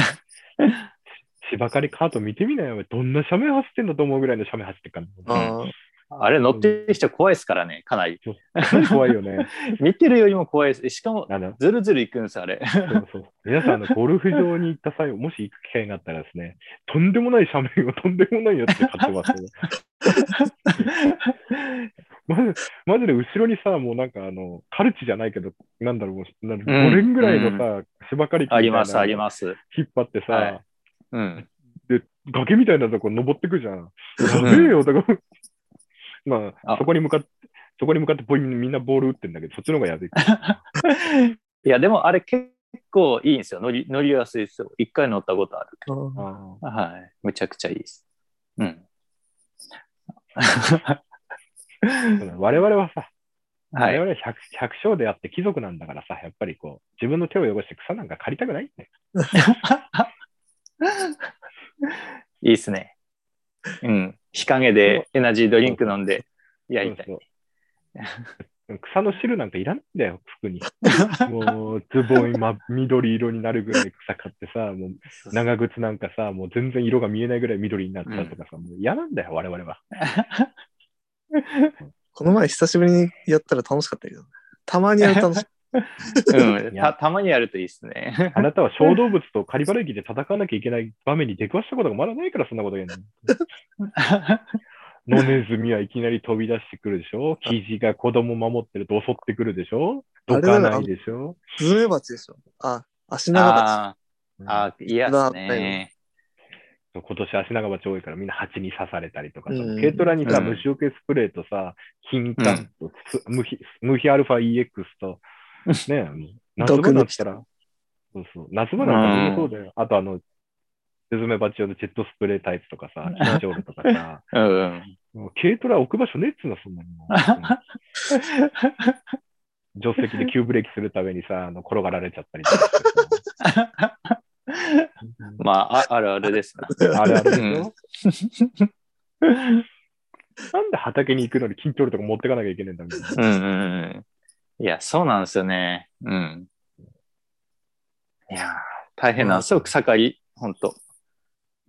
芝刈りカート見てみなよ。どんな斜面走ってんだと思うぐらいの斜面走ってっから。
ああ。
あれ乗ってる人怖いですからね、かなり。
怖いよね。
見てるよりも怖いです。しかも、
あの
ずるずる行くんです、あれ。
そうそう皆さんあの、ゴルフ場に行った際、もし行く機会があったらですね、とんでもない斜面をとんでもないやつで買ってます、ね。 まず、マジで後ろにさ、もうなんかあの、カルチじゃないけど、なんだろう、なんだろう
うん
5連ぐらいのさ、芝刈り機
あ
みたい
り
な
ます、あります。
引っ張ってさ、
はいうん。
で、崖みたいなとこ登ってくじゃん。 やべえよ、とか。 まあ
あ
そこに向かって、そこに向かってボイみんなボール打ってんだけど、そっちの方がやべえ。
いや、でもあれ結構いいんですよ。乗り乗りやすいですよ。一回乗ったことあるけ
うん
あ
ど。はい。むちゃくちゃいいです。うん。
ー我々はさ、
は
我
い。
々は百百姓であって貴族なんだからさ、やっぱりこう、自分の手を汚して草なんか借りたくないんだよ。
いいですね。うん。日陰でエナジードリンク飲んでやりたい。
そうそう 草の汁なんかいらないんだよ、服に。もう、ズボン今、緑色になるぐらい草買ってさ、もう、長靴なんかさ、もう全然色が見えないぐらい緑になったとかさ、もう嫌なんだよ、我々は。
この前久しぶりにやったら楽しかったけど、たまにやると楽し
う
い。
ん
い
た
や
たまにやるといいですね。
あなたは小動物と狩り払い機で戦わなきゃいけない場面に出くわしたことがまだないからそんなこと言えない。野ネズミはいきなり飛び出してくるでしょキジが子供守ってると襲ってくるでしょどかないでしょ
ズメバチでしょ。あ、足長バ
あー あー、嫌ですね。
そう今年足長鉢多いからみんな蜂に刺されたりとかさ、
うん
軽トラにさ、
うん
虫除けスプレーとさ、金柑と、つムヒムヒアルファ EX と、ね、もう夏場だったら、そうそう、夏場なんかみんなそうだよ。あとあの、スズメバチ用のジェットスプレータイプとかさ、キンジョールとかさ、
うんうん。
もう軽トラ置く場所ねえっつうの、そんなに もう。うん助手席で急ブレーキするためにさ、あの転がられちゃ ったりとかしてさ。
まあ、ああるあるですな。
あるあるでし
うん
ょ、なんで畑に行くのに筋トレとか持ってかなきゃいけないんだみたいな。
うんうんうん。いや、そうなんですよね。うん。いやー、大変なんですよ、草刈り、ほんと。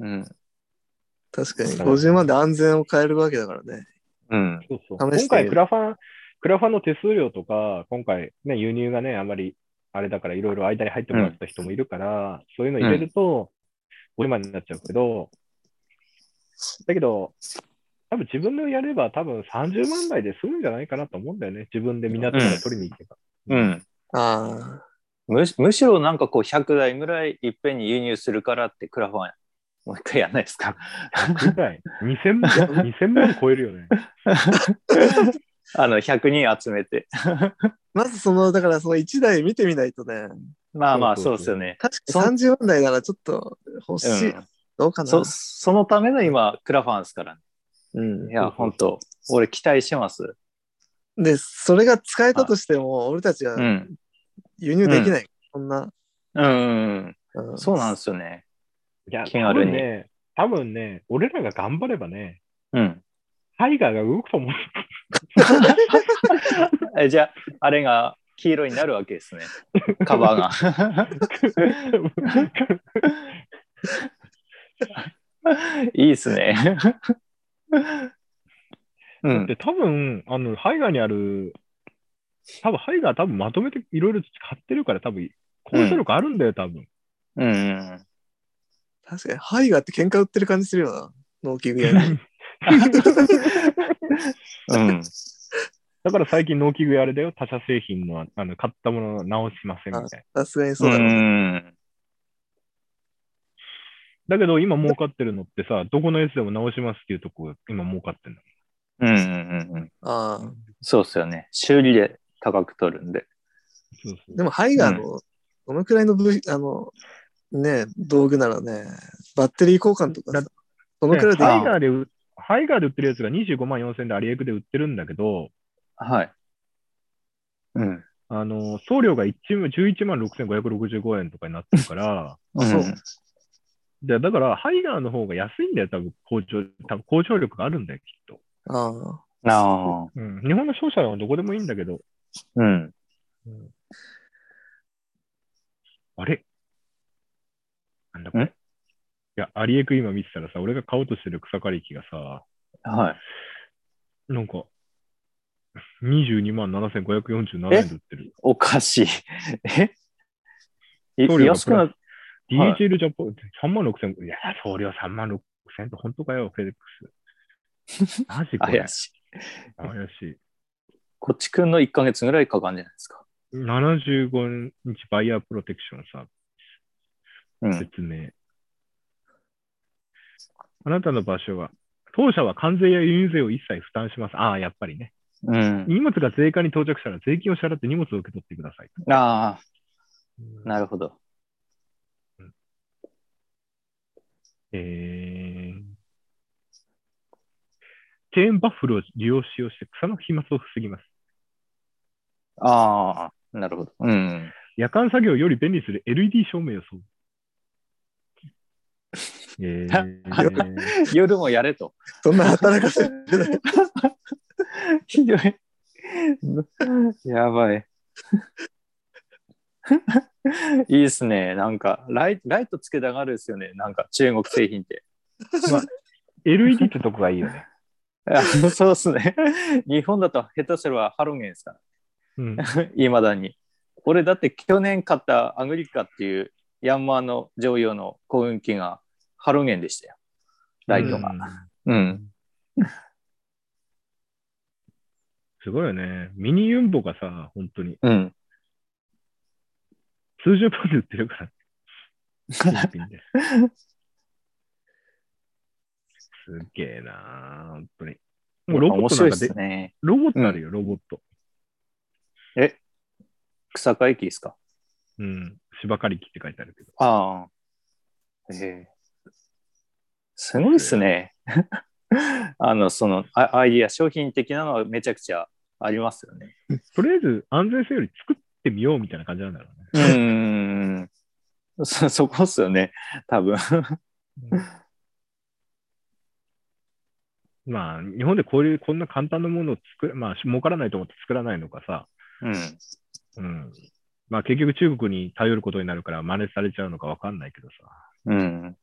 うん。
チ。 確かに、50万で安全を変えるわけだからね。
うん。
そうそう
試し
今
て
回クラファン、クラファンの手数料とか、今回、ね、輸入がね、あまりあれだから、いろいろ間に入ってもらった人もいるから、そういうの入れると、お今になっちゃうけど、だけど、多分自分のやれば、多分30万台で済むんじゃないかなと思うんだよね、自分で港から取りに行けば。
うん。
あ
むしむしろなんかこう100台ぐらいいっぺんに輸入するからってクラファンもう一回やんないですか
ぐらい2000万、2000万 超えるよね。
あの100人集めて
あ。まずその、だからその1台見てみないとね、
まあまあそ
そう
で
うそう
す
そう
よね
確かに30万台ならちょっと欲し
う
い。
ん
どうかな
そ。そのための今クラファンですからね
うん
いや本当俺期待してます
で、それが使えたとしても、俺たち
う
が
ん
輸入できない。そんな。
うんうん
う
うんんそうなんですよね
いや、
気
多
軽
分
に
ね、多分ね、俺らが頑張ればね、
うん
タイガーが動くと 思う。
えじゃああれが黄色になるわけですねカバー がいいですねうん
で、多分、あの、ハイガーにある、多分ハイガー多分まとめていろいろ買ってるから、多分、交渉力あるんだよ、多分。
うんうん
確かに、ハイガーって喧嘩売ってる感じするよな。農機具屋に。
うん。うん
だから最近、農機具あれだよ、他社製品の、あの、買ったものを直しませんみたい
さすがにそううだろう。
ん。
な。だけど、今儲かってるのってさ、どこのやつでも直しますっていうとこが今儲かってるの。
うんうんうんうん。
ああ。
そうっすよね。修理で高く取るんで。
そうそう
でも、ハイガーの、どのくらいの部品、あの、ね、道具ならね、バッテリー交換とかさ
だ
そのくらいでいい
ハイ
よ
ガーで売、ハイガーで売ってるやつが25万4000でアリエクで売ってるんだけど、
はい。うん。
あの、送料が1 11万6565円とかになってるから、
あそう
で、だから、ハイガーの方が安いんだよ、多分、交渉、多分、交渉力があるんだよ、きっと。
ああ。
ああ。
うん。日本の商社はどこでもいいんだけど、
うん。
あれなんだこれ。
ん
いや、アリエク今見てたらさ、俺が買おうとしてる草刈り機がさ、
はい。
なんか、22万7547円で売ってる。
おかしい。えい
送料が
安くなっはい
DHL ジャパン、3万6千、いや、送料3万6千って本当かよ、フェデック ス。マジこれ
怪。しい。
怪しい。
こっちくんの1ヶ月ぐらいかかるんじゃないですか。
75日バイヤープロテクションサービ
う
ス
ん。
説明。あなたの場所は、当社は関税や輸入税を一切負担します。ああ、やっぱりね。
うん、
荷物が税関に到着したら税金を支払って荷物を受け取ってください。
ああ、なるほど。
えーチェーンバッフルを利用使用して草の飛沫を防ぎます。
ああ、なるほど。うん。
夜間作業より便利する LED 照明を装備。 えー
夜もやれ と。
そんな働かせる。
ひどい。やばい。 いいですね。なんかライ、ライトつけたがるですよね。なんか、中国製品っ て。
LED ってとこがいいよね。
あそうですね。日本だと下手すればハロゲンですか
うん、
いまだに。俺だって去年買ったアグリカっていうヤンマーの常用の幸運機がハロゲンでしたよ。ライトが。うん。
すごいよね。ミニユンボがさ、本当に
うん。
数十万で売って るから。新品ですげえなあ本当に。もうロボ
面
ット
白
なん
い
か
で、
です
ね。
ロボットあるよ、ロボット。
草加駅ですか
うん。芝刈り機って書いてあるけど。
ああ。ええすごいですね。 あの、そのアアイディア、商品的なのはめちゃくちゃありますよね。
とりあえず安全性より作ってみようみたいな感じなんだろうね。
うーん。 そ、そこっすよね。多分。
まあ、日本でこういう、こんな簡単なものを作る、まあ、儲からないと思って作らないのかさ、
うん。
うん。まあ、結局中国に頼ることになるから、真似されちゃうのかわかんないけどさ。
うん。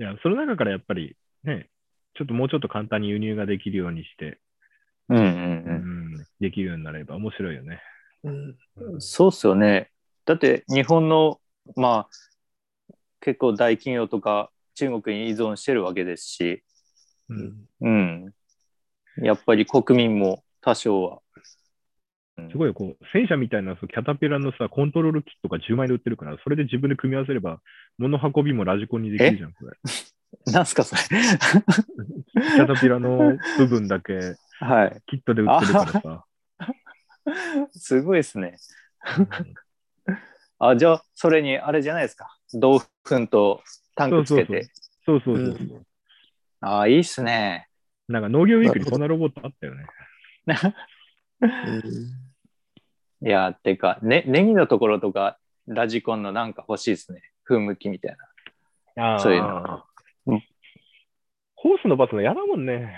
いや、その中からやっぱり、ね、ちょっともうちょっと簡単に輸入ができるようにして、
うんうん
う
うん
ん、できるようになれば面白いよね。
うん
そうっすよね。だって日本の、まあ、結構大企業とか中国に依存してるわけですし、
うん。
うん。やっぱり国民も多少は。うん
すごいよこう、戦車みたいなそうキャタピラのさ、コントロールキットが10枚で売ってるから、それで自分で組み合わせれば、物運びもラジコンにできるじゃん、こ れ。
なんすかそれ。
キャタピラの部分だけ
はい。
キットで売ってるからさ。
すごいですね。
うん
あ、じゃあ、それにあれじゃないですか。豆腐粉とタンクつけて。
そうそうそうそう。
あいいっすね。
なんか農業ウィークにこんなロボットあったよね。
いや、てか、ね、ネギのところとか、ラジコンのなんか欲しいですね。風向きみたい
あ
ーそういうのうん
ホース伸ばすの嫌だもんね。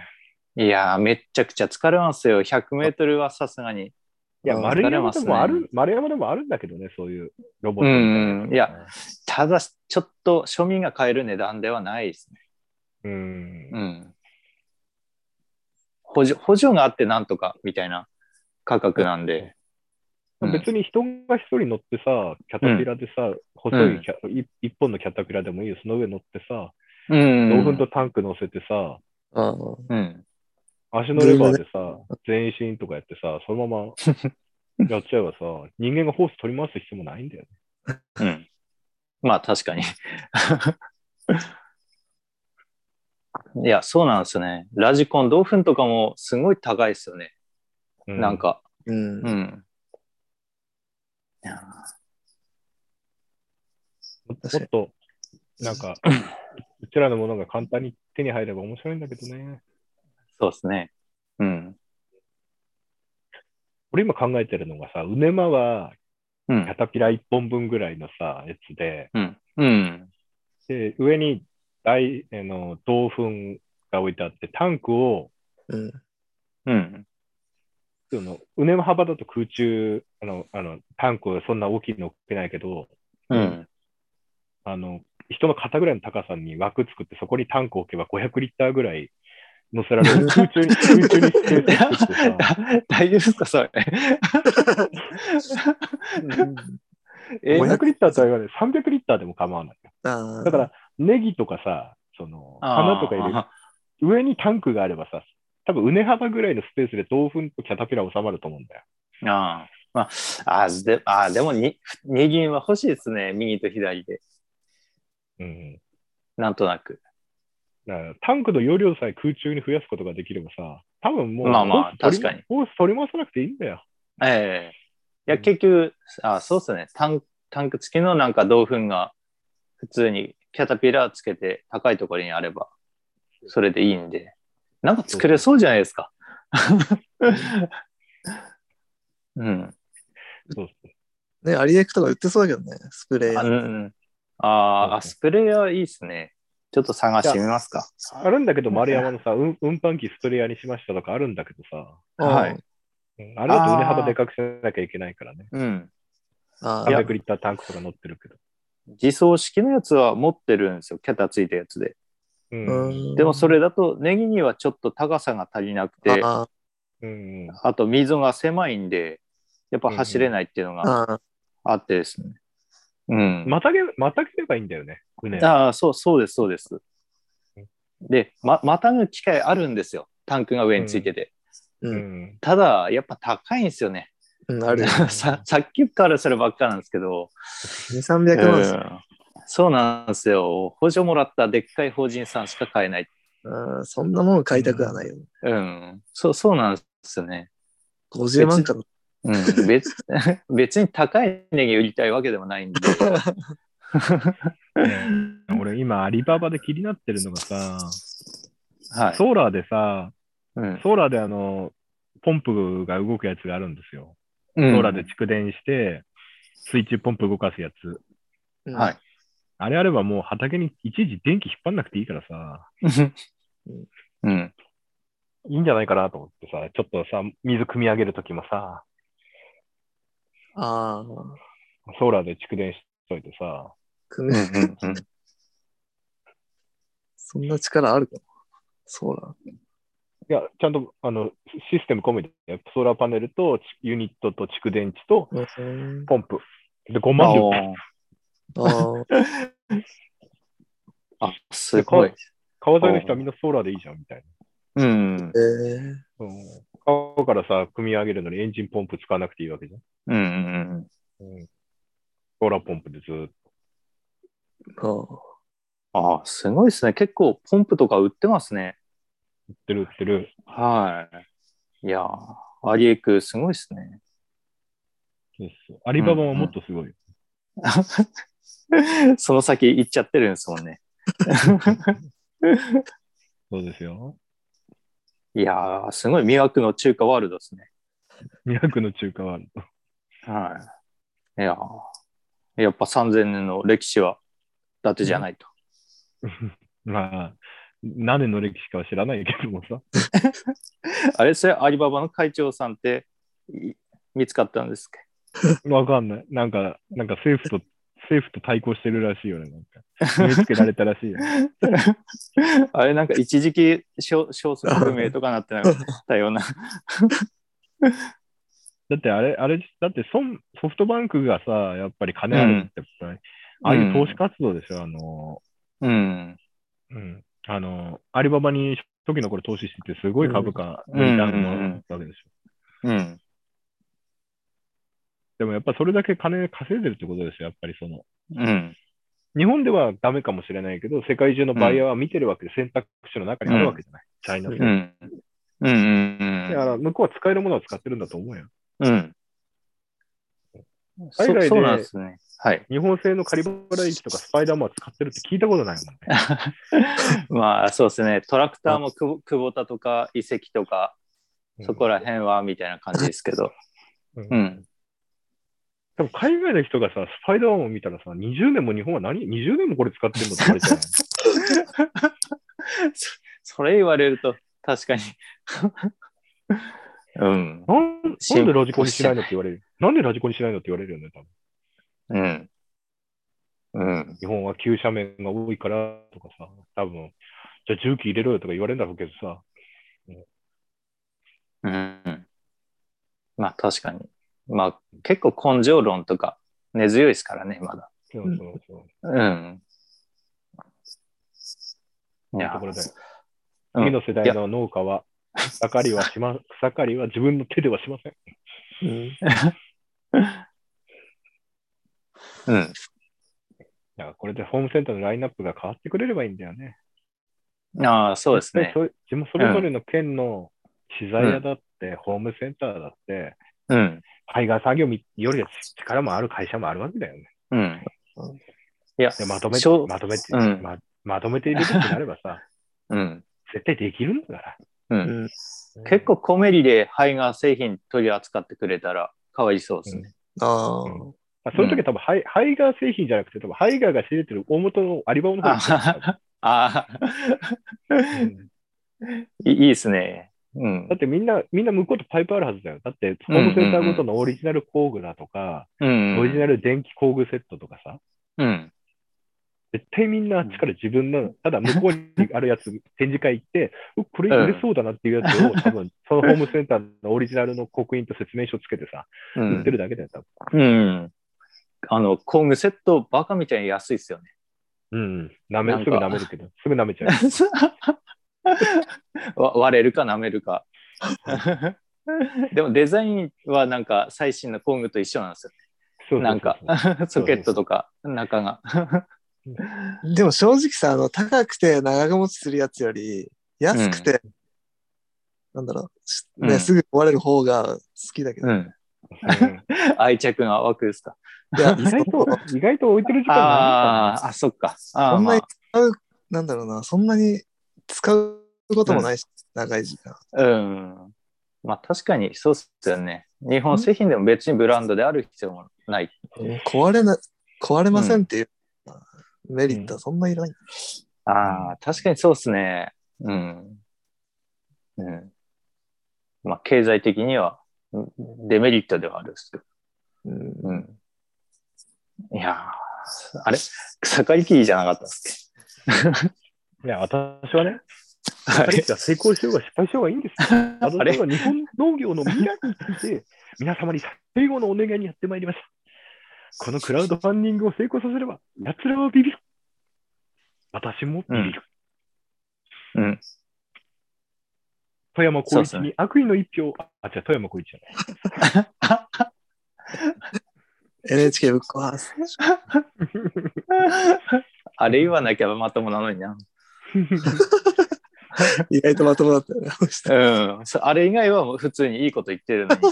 な。いやー、めっちゃくちゃ疲れますよ。100メートルはさすがに。
いや、
うん
丸山
わか
で
りますね
もある、丸山でもあるんだけどね、そういうロボッ
う
トみたいな。
ん、いや、ただ、ちょっと庶民が買える値段ではないですね。
うん
う。ん。補助補助があってなんとかみたいな価格なんで。うん
別に人が一人乗ってさ、キャタピラでさ、細いキャ、い一本のキャタピラでもいいよ、その上乗ってさ、
う
豆
ん。
腐とタンク乗せてさ、
ああ
うん。
足のレバーでさ、全身とかやってさ、そのまま やっちゃえばさ、人間がホース取り回す必要もないんだよね。
うん。まあ確かに。いや、そうなんですよね。ラジコン、同粉とかもすごい高いですよね。
う
なん。か。
うん
う。ん。いや
もっと、な んか、うちらのものが簡単に手に入れば面白いんだけどね。
そうですね。うん。
俺今考えてるのがさ、うねまは
う
キャ
ん。
タピラ1本分ぐらいのさ、やつで、
うん。うん。
で上に大、あの、豆粉が置いてあって、タンクを、
うん。
うん。
その、うねま幅だと空中、あの、あの、タンクをそんな大きいの置けないけど、
うん。
あの、人の肩ぐらいの高さに枠作って、そこにタンクを置けば500リッターぐらい乗せら れる。空中に、空中にスペースしてさ
大丈夫ですかそれ。え
500
500リッターとは言わない。300リッターでも構わない。
あー
だから、ネギとかさ、その、花とか入れる。上にタンクがあればさ、多分、うね幅ぐらいのスペースで豆腐とキャタピラ収まると思うんだよ。
ああ。まあ、あーであーでもに、二銀は欲しいですね。右と左で。
うん。
なんとなく。
だからタンクの容量さえ空中に増やすことができればさ、多分もう、
まあまあ
ホース取り
確かに。
ホース取り回さなくていいんだよ。
ええいや、結局、あーそうですね。タンタンク付きのなんか同粉が、普通にキャタピラーつけて高いところにあれば、それでいいんで。なんか作れそうじゃないですか。うん。
そうそう
ね、アリエクとか売ってそうだけどね、スプレ
あ,、うんう
ー。
ん、あーあ、スプレーヤーいいですね。ちょっと探してみますか。
あるんだけど、丸山のさ、うん運搬機ストレイヤーにしましたとかあるんだけどさ、
はい
うんあれだとうね幅でかくしなきゃいけないからね。
うん。
あー
300リッタータンクとか乗ってるけど。
自走式のやつは持ってるんですよ。キャタついたやつで。
うん。
でもそ
れ
れだとネギにはちょっと高さが足りなくて、あ
あ
うん。
と溝が狭いんで、やっぱ走れないっていうの
ー
が
あー、
あってですね。うん。
またげ、またげればいいんだよね。うね。
ああ、そう、そうです、そうです
うん。
で、ま、またぐ機会あるんですよ。タンクが上についてて。
う、
うんん。
ただ、やっぱ高いんですよね。
う ん、あるよ。
ささっきからそればっかなんですけど。
2、300万です
う
よ。
んそうなんですよ。補助もらったでっかい法人さんしか買えない。
うんそんなもの買いたくはないよ。
うん。そう、そうなんですよね。
50万から。
うん。別、別に高いネギ売りたいわけでもないんで。
俺今、アリババで気になってるのがさ、
はい。
ソーラーでさ、
うん。
ソーラーであの、ポンプが動くやつがあるんですよ。
う
ソ
ん
ーラーで蓄電して、水中ポンプ動かすやつ。
うん
はい。
あれあればもう畑にいちいち電気引っ張んなくていいからさ、
うん。
いいんじゃないかなと思ってさ、ちょっとさ、水汲み上げるときもさ、
ああ、
ソーラーで蓄電しといてさ、
組
う
み
んうんうん
そんな力あるかなそうだ。
いや、ちゃんとあのシステム込みで、ソーラーパネルとちユニットと蓄電池と
うん、
ポンプ。で、5万
おー
円。
あー
あ、すごい。
川沿いの人はみんなソーラーでいいじゃんみたいな。
うん。
えー
うん川からさ、組み上げるのにエンジンポンプ使わなくていいわけじゃん。
うんうん
うん、ソーラーポンプでずーっと。
あー
うん。あ、すごいですね。結構ポンプとか売ってますね。
売ってる売ってる。
はい。いやーアリエクすごいですね。
そうそうアリババはもっとすごいよ。
その先行っちゃってるんですもんね。
そうですよ。
いやー、すごい魅惑の中華ワールドですね。
200の中華はある。
はい。いやー、やっぱ3000年の歴史は伊達じゃないと。
まあ、何年の歴史かは知らないけどもさ。
あれ、それアリババの会長さんってい見つかったんですか
わかんない。なんか、なんか政府と、政府と対抗してるらしいよね。なんか、見つけられたらしいよ、 ね。
あれ、なんか一時期消消息不明とかなってなかったよう な。
だってあれ、あれ、だってソンソフトバンクがさ、やっぱり金あるって、やっぱりああいう投資活動でしょ、あの、
うん。
うん、あの、アリババに初期の頃投資してて、すごい株価のリターンもあったわけでしょ。
うん。
でもやっぱそれだけ金稼いでるってことでしょ、やっぱりその。
うん。
日本ではダメかもしれないけど、世界中のバイヤーは見てるわけで、選択肢の中にあるわけじゃない。チャイナ
う
製
ん。うん。うん
だから向こうは使えるものは使ってるんだと思うよ。
うん。
海外で
そそうなんですね。はい。
日本製のカリバライチとかスパイダーマンは使ってるって聞いたことないもんね。
まあ、そうですね。トラクターも久保久保田とか遺跡とか、 そこら辺はみたいな感じですけ ど。
うん
うん。
でも海外の人がさ、スパイダーマンを見たらさ、20年も日本は何 ?20 年もこれ使ってるのって言われ ちゃうよね
そそれ言われると、確かに。 うん。
なんなんでラジコンにしないのって言われる。なんでラジコンにしないのって言われるよね、多分。
うん。うん。
日本は急斜面が多いからとかさ、多分、じゃあ重機入れろよとか言われるんだろうけどさ、
うん。まあ確かに。まあ結構根性論とか根強いですからね、まだ。
そうそうそ
う
う。
ん。い
という
や
ところで、
うん
次の世代の農家は、草刈りは しま、草刈りは自分の手ではしません。
うん。
うん。
だからこれでホームセンターのラインナップが変わってくれればいいんだよね。
ああ、そうですね。
そういう自分それぞれの県の資材屋だって、ホームセンターだって、
うん。
海外産業みよりは力もある会社もあるわけだよね。
うん。いや、
でまとめ
しょう
まとめて、
うん
ままとめているってなれ ばさ、
うん。
絶対できるんだから。
う。
うんん。
結構コメリで肺が製品取り扱ってくれたらかわいそうですね。
ああ。
まあ、そういう時は多分ハイ、ハイガー製品じゃなくて、多分ハイガーが仕入れてる大元のアリババの方
あ
に
あ
う
ー、
ん
いいいですね。うん
だっ。てみんな、みんな向こうとパイプあるはずだよ。だって、ホームセンターごとのオリジナル工具だとか、
うん。
オリジナル電気工具セットとかさ、
うん。
絶対みんなあっちから自分の、ただ向こうにある やつ、展示会行って、うこれ売れそうだなっていうやつを、多分そのホームセンターのオリジナルの刻印と説明書つけてさ、
う
売
ん
ってるだけだよ、多分
うん。あの、工具セットバカみたいに安いですよね。
うん、舐め
なんか
すぐ舐めるけど、すぐ舐めちゃう。
わ割れるか舐めるか。でもデザインはなんか最新の工具と一緒なんですよ。
そうそうそうそう
なんかソケットとか中が。
でも正直さ、あの、高くて長持ちするやつより、安くて、なんだろう、
うん
ね、すぐ壊れる方が好きだけど。
うん。
うん
愛着が湧くですか。
いや、
意外と、意外と置いてる時間
あ
が
あ、あ、そっか。あ
そ
ー
ん
ま
なに
あ、
使う、なんだろうな、そんなに使うこともないし、長い時間。
うん。まあ確かにそうっすよね。日本製品でも別にブランドである必要もない。
壊れな、壊れませんっていう、メリットはそんないらない。
ああ、確かにそうっすね。うん。うん。まあ、経済的には、うんデメリットではあるんですけど。
うん
うん。いやーあれ草刈り機じゃなかったっす
いや、私はね、
っ
彼
け
氏は成功しようが失敗しようがいいんですよ。
あ
あ
れ
の
あれ
日本農業の未来について、皆様に最後のお願いにやってまいりました。このクラウドファンディングを成功させれば、奴らはビビる。私もビビる。
うん。
富山光一
そうっす
に悪意の一票を、あ、違う、富山光一じゃない。
NHK ぶっ壊す。
あれ言わなきゃまともなのにな。
意外とまともだったよね。あの人
うん。そあれ以外はもう普通にいいこと言ってる のに。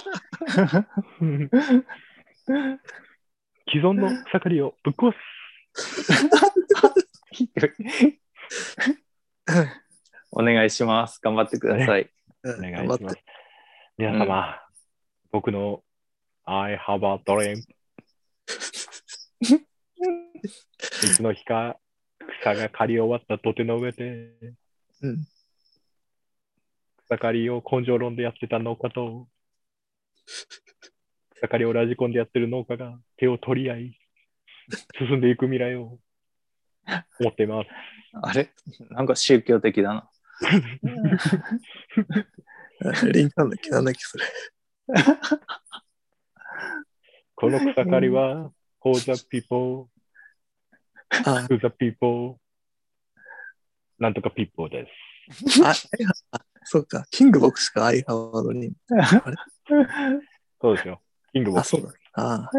既存の草刈りをぶっ壊す。
お願いします。頑張ってください。
お願
頑
い
張っ
してます。皆様、僕の I have a dream いつの日か草が刈り終わった土手の上で、
うん
草刈りを根性論でやってた農家と、 草刈りをラジコンでやってる農家が手を取り合い、進んでいく未来を思っています。
あれなんか宗教的だ な。
うんリンクなんだっけなんだっけそれ。
この草刈りは、for the people,
あ
to the people, なんとか people です。
あ、あそうか。キングボクしか相幅のリン。
そうですよ。キングボ
あ、
ック
そうだ。あ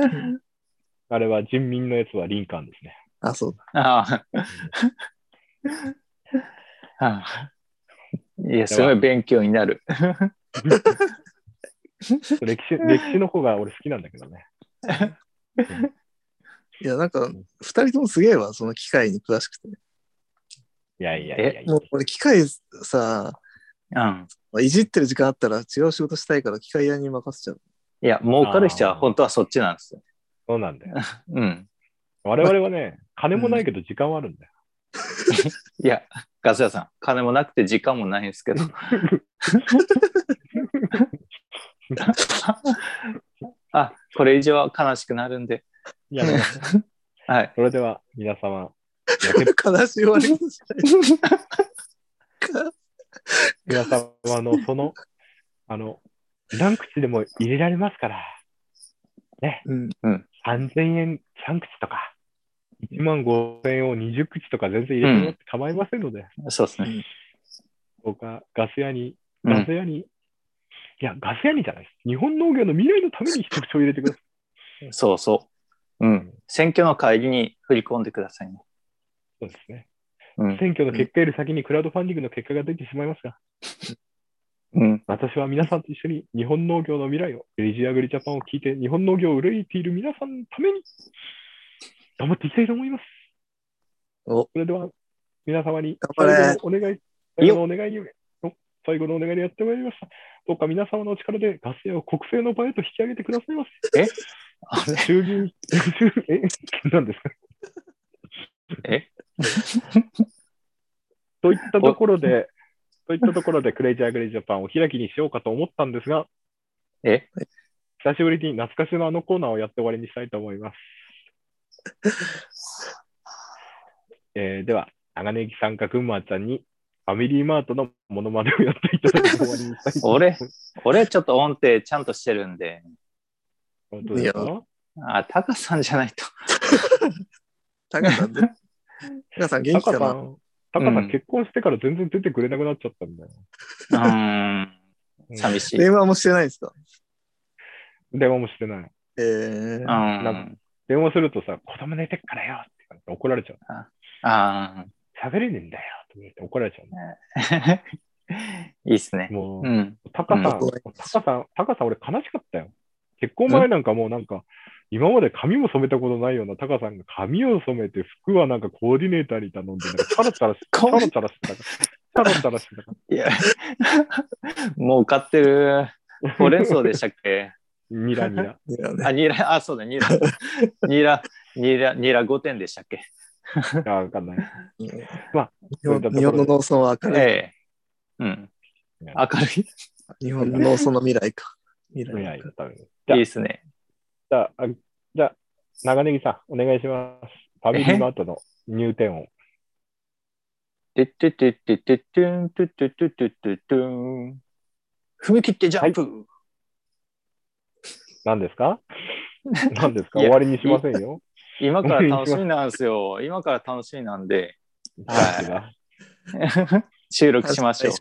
あれは人民のやつはリンカーンですね。
あ、そうだ。
ああ。ああいや、すごい勉強になる。
歴史歴史の方が俺好きなんだけどね。
いや、なんか、二人ともすげえわ。その機械に詳しくて。
いやいやいやいや
もう俺、機械さ、
うん。
いじってる時間あったら違う仕事したいから機械屋に任せちゃう。
いや、儲かる人は本当はそっちなんですよ。
そうなんだよ。
うん。
我々はね、金もないけど時間はあるんだよ。
いや、ガス屋さん、金もなくて時間もないんです けど。あ、これ以上は悲しくなるんで。
いやめましょう
はい。
それでは皆様、焼け
悲しい終わり方しないか。
皆様の、その、あの、何口でも入れられますから、
うん。
3000円3口とか、1万5000円を20口とか全然入れてもらって構いませんので、
そうですね。
どうかガス屋に、
う
ガス
ん。
屋に、いや、ガス屋にじゃないです。日本農業の未来のために一口を入れてください。
そうそう。うん。選挙の帰りに振り込んでくださいね。
そうですね。
うん。
選挙の結果より先にクラウドファンディングの結果が出てしまいますが、
うん。
私は皆さんと一緒に日本農業の未来を、エリジアグリジャパンを聞いて、日本農業を憂いている皆さんのために、頑張っていきたいと思います。
お
それでは、皆様に
頑張れ
最後のお願い、最後のお願いに、お最後のお願いにやってまいりました。どうか皆様のお力でガス屋を国政の場へと引き上げてくださいませ。
あれ
衆議院、衆え、何ですか
え
といったところで、といったところで、クレイジーアグレイジャパンを開きにしようかと思ったんですが、
え
久しぶりに懐かしのあのコーナーをやって終わりにしたいと思います。えーでは、長ネギさんか群馬ちゃんに、ファミリーマートのモノマネをやっていただいて終わりにしたいと思い
俺
ます。、
俺ちょっと音程ちゃんとしてるんで、
本当ですか
あ、タカさんじゃないと。
タカさんで。タカさん元
タカ
気かな
さん、タカさ
うん
ん結婚してから全然出てくれなくなっちゃったんだよ。
うーん。寂しい。う
電話もしてないんですか
電話もしてない。
ええー。
ん。
電話するとさ、子供寝てっからよって言われて怒られちゃう。
あ
喋れねえんだよって言われて怒られちゃうね。
ーいいっすね。
もう
う、ん。
タカさん、
う
タ
ん
カさん、タカさん、俺悲しかったよ。結婚前なんかもうなんか、今まで髪も染めたことないようなタカさんが髪を染めて、服はなんかコーディネーターに頼んで、なんかチャラチャラ し、チ
か
ャ
わい
ラ
い
チャラしてたから。チャラチャラしてたから。
いや、もう買ってる。ほうれん草でしたっけ
ニラニラ。
いやね
あ、ニラ、あ、そうだ、ニラ。ニラ、ニラ、ニラ5点でしたっけ
あ、わかんない。ま
ま
あ
あ、日本日本の農村は明るい。
ええうん。明る
日本の農村の未来か。未
未
来
来のため
い。
に。
いいですね。
じゃあ、あじゃあ、長ネギさん、お願いします。ファミリーマートの入店を。
てってってってってってん、てってってってってってん。踏み切ってジャンプ。
何で すか何ですか
いや
終わりにしませんよ。
今から楽しみなんですよ。今から楽しみなんで、はい
あ
収録しましょ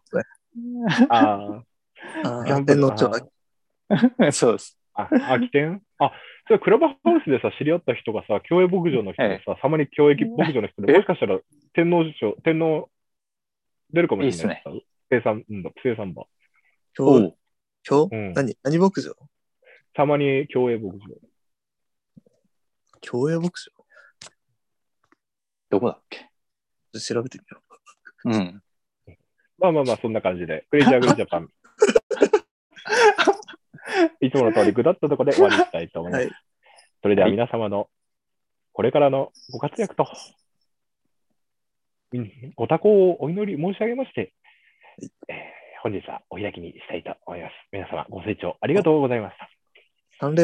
あ
あ
ー、
あ、天皇
あ
町
ー
う。 そうです。
あ、空き店あ、それクラブハウスでさ、知り合った人がさ、競泳牧場の人でさ、たまに競泳牧場の人で、
え
もしかしたら天皇賞、天皇出るかもしれない。生産、うんだ、生産場。
今日、
う。
今日、
うん
何何牧場
たまに競泳牧場。
競泳牧
どこだっけ
場調べてみよ
うん。
まあまあまあ、そんな感じで。クレイジーアグリジ ャパン。いつもの通り、ぐだったところで終わりにしたいと思
う。
います。
はい。
それでは皆様のこれからのご活躍と、うんご多幸をお祈り申し上げまして、えー本日はお開きにしたいと思います。皆様ご清聴ありがとうございました。